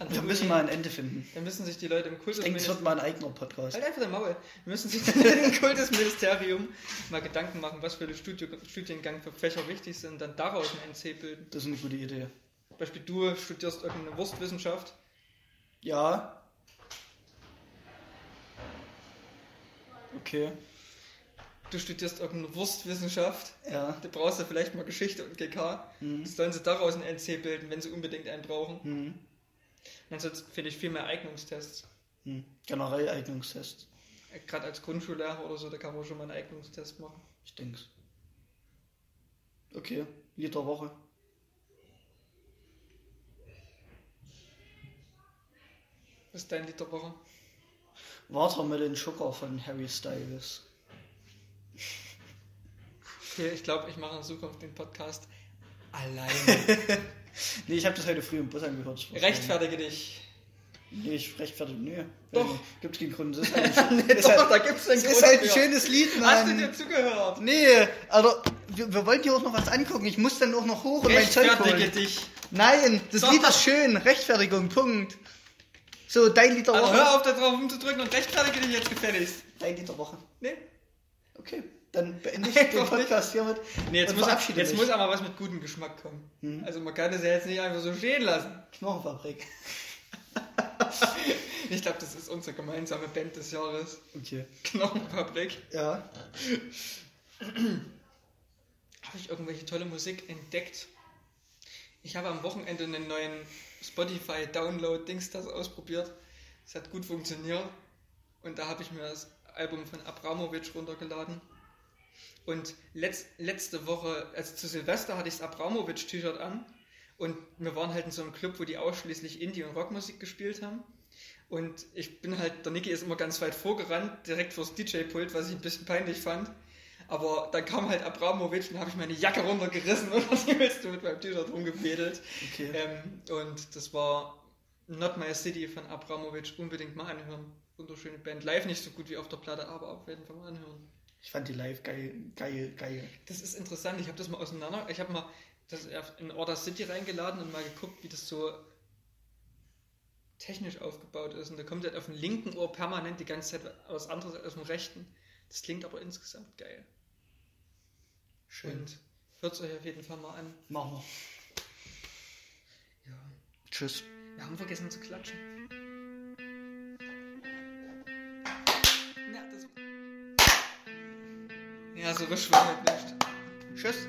Speaker 2: an der
Speaker 1: Wir müssen
Speaker 2: Uni-
Speaker 1: mal ein Ende finden.
Speaker 2: dann müssen sich die Leute im
Speaker 1: Ich denke, es wird
Speaker 2: Kultusministerium.
Speaker 1: mal ein eigener Podcast.
Speaker 2: Halt einfach dein Maul. Wir müssen sich dann im Kultusministerium mal Gedanken machen, was für den Studio- Studiengang für Fächer wichtig sind und dann daraus ein NC bilden.
Speaker 1: Das ist eine gute Idee.
Speaker 2: Zum Beispiel du studierst irgendeine Wurstwissenschaft.
Speaker 1: Ja. Okay.
Speaker 2: Du studierst irgendeine Wurstwissenschaft.
Speaker 1: Ja.
Speaker 2: Da brauchst du vielleicht mal Geschichte und GK.
Speaker 1: Mhm.
Speaker 2: Das Sollen sie daraus ein NC bilden, wenn sie unbedingt einen brauchen?
Speaker 1: Hm.
Speaker 2: Dann finde ich viel mehr Eignungstests.
Speaker 1: Hm. Generell Eignungstest.
Speaker 2: Gerade als Grundschullehrer oder so, da kann man schon mal einen Eignungstest machen.
Speaker 1: Ich denk's. Okay. Lied der Woche.
Speaker 2: Was ist dein Lied der Woche?
Speaker 1: Watermelon Sugar von Harry Styles.
Speaker 2: Okay, ich glaube, ich mache in Zukunft den Podcast alleine.
Speaker 1: Nee, ich habe das heute früh im Bus angehört. Das war
Speaker 2: Rechtfertige dich.
Speaker 1: schön. Nee, ich rechtfertige. Nee.
Speaker 2: Doch.
Speaker 1: Nee, Gibt's keinen Grund. Das ist halt ein, nee, ist
Speaker 2: Doch,
Speaker 1: halt,
Speaker 2: da gibt's einen
Speaker 1: das ist halt ein
Speaker 2: für.
Speaker 1: schönes Lied, Mann.
Speaker 2: Hast du dir zugehört?
Speaker 1: Nee, also wir, wir wollten hier auch noch was angucken. Ich muss dann auch noch hoch und mein Zeug
Speaker 2: Rechtfertige
Speaker 1: holen.
Speaker 2: dich.
Speaker 1: Nein, das
Speaker 2: Doch.
Speaker 1: Lied ist schön. Rechtfertigung, Punkt. So, dein Lied der
Speaker 2: Also
Speaker 1: Woche.
Speaker 2: hör auf, da drauf rumzudrücken und rechtfertige dich jetzt gefälligst.
Speaker 1: Dein Lied der Woche.
Speaker 2: Nee?
Speaker 1: Okay, dann beende ich den
Speaker 2: Doch
Speaker 1: Podcast hiermit.
Speaker 2: Nee, jetzt,
Speaker 1: und
Speaker 2: muss,
Speaker 1: verabschiede
Speaker 2: jetzt
Speaker 1: mich.
Speaker 2: muss aber was mit gutem Geschmack kommen. Also man kann das ja jetzt nicht einfach so stehen lassen.
Speaker 1: Knochenfabrik.
Speaker 2: Ich glaube, das ist unsere gemeinsame Band des Jahres.
Speaker 1: Okay.
Speaker 2: Knochenfabrik.
Speaker 1: Ja.
Speaker 2: Habe ich irgendwelche tolle Musik entdeckt? Ich habe am Wochenende einen neuen Spotify-Download-Dings das ausprobiert. Es hat gut funktioniert. Und da habe ich mir das Album von Abramovic runtergeladen. Und letz, letzte Woche, also zu Silvester, hatte ich das Abramovic-T-Shirt an. Und wir waren halt in so einem Club, wo die ausschließlich Indie- und Rockmusik gespielt haben. Und ich bin halt, der Niki ist immer ganz weit vorgerannt, direkt vors DJ-Pult, was ich ein bisschen peinlich fand. Aber dann kam halt Abramovic und habe ich meine Jacke runtergerissen und was willst du mit meinem T-Shirt rumgefädelt.
Speaker 1: Okay.
Speaker 2: Ähm, und das war Not My City von Abramovic. Unbedingt mal anhören. Wunderschöne Band. Live nicht so gut wie auf der Platte, aber auf jeden Fall mal anhören.
Speaker 1: Ich fand die live geil, geil, geil.
Speaker 2: Das ist interessant. Ich habe das mal auseinander. Ich habe mal das in Order City reingeladen und mal geguckt, wie das so technisch aufgebaut ist. Und da kommt halt auf dem linken Ohr permanent die ganze Zeit was anderes als auf dem rechten. Das klingt aber insgesamt geil.
Speaker 1: Schön.
Speaker 2: Und hört es euch auf jeden Fall mal an.
Speaker 1: Machen wir.
Speaker 2: Ja.
Speaker 1: Tschüss.
Speaker 2: Wir haben vergessen zu klatschen. Ja, das. Ja, so richtig war halt nicht.
Speaker 1: Tschüss.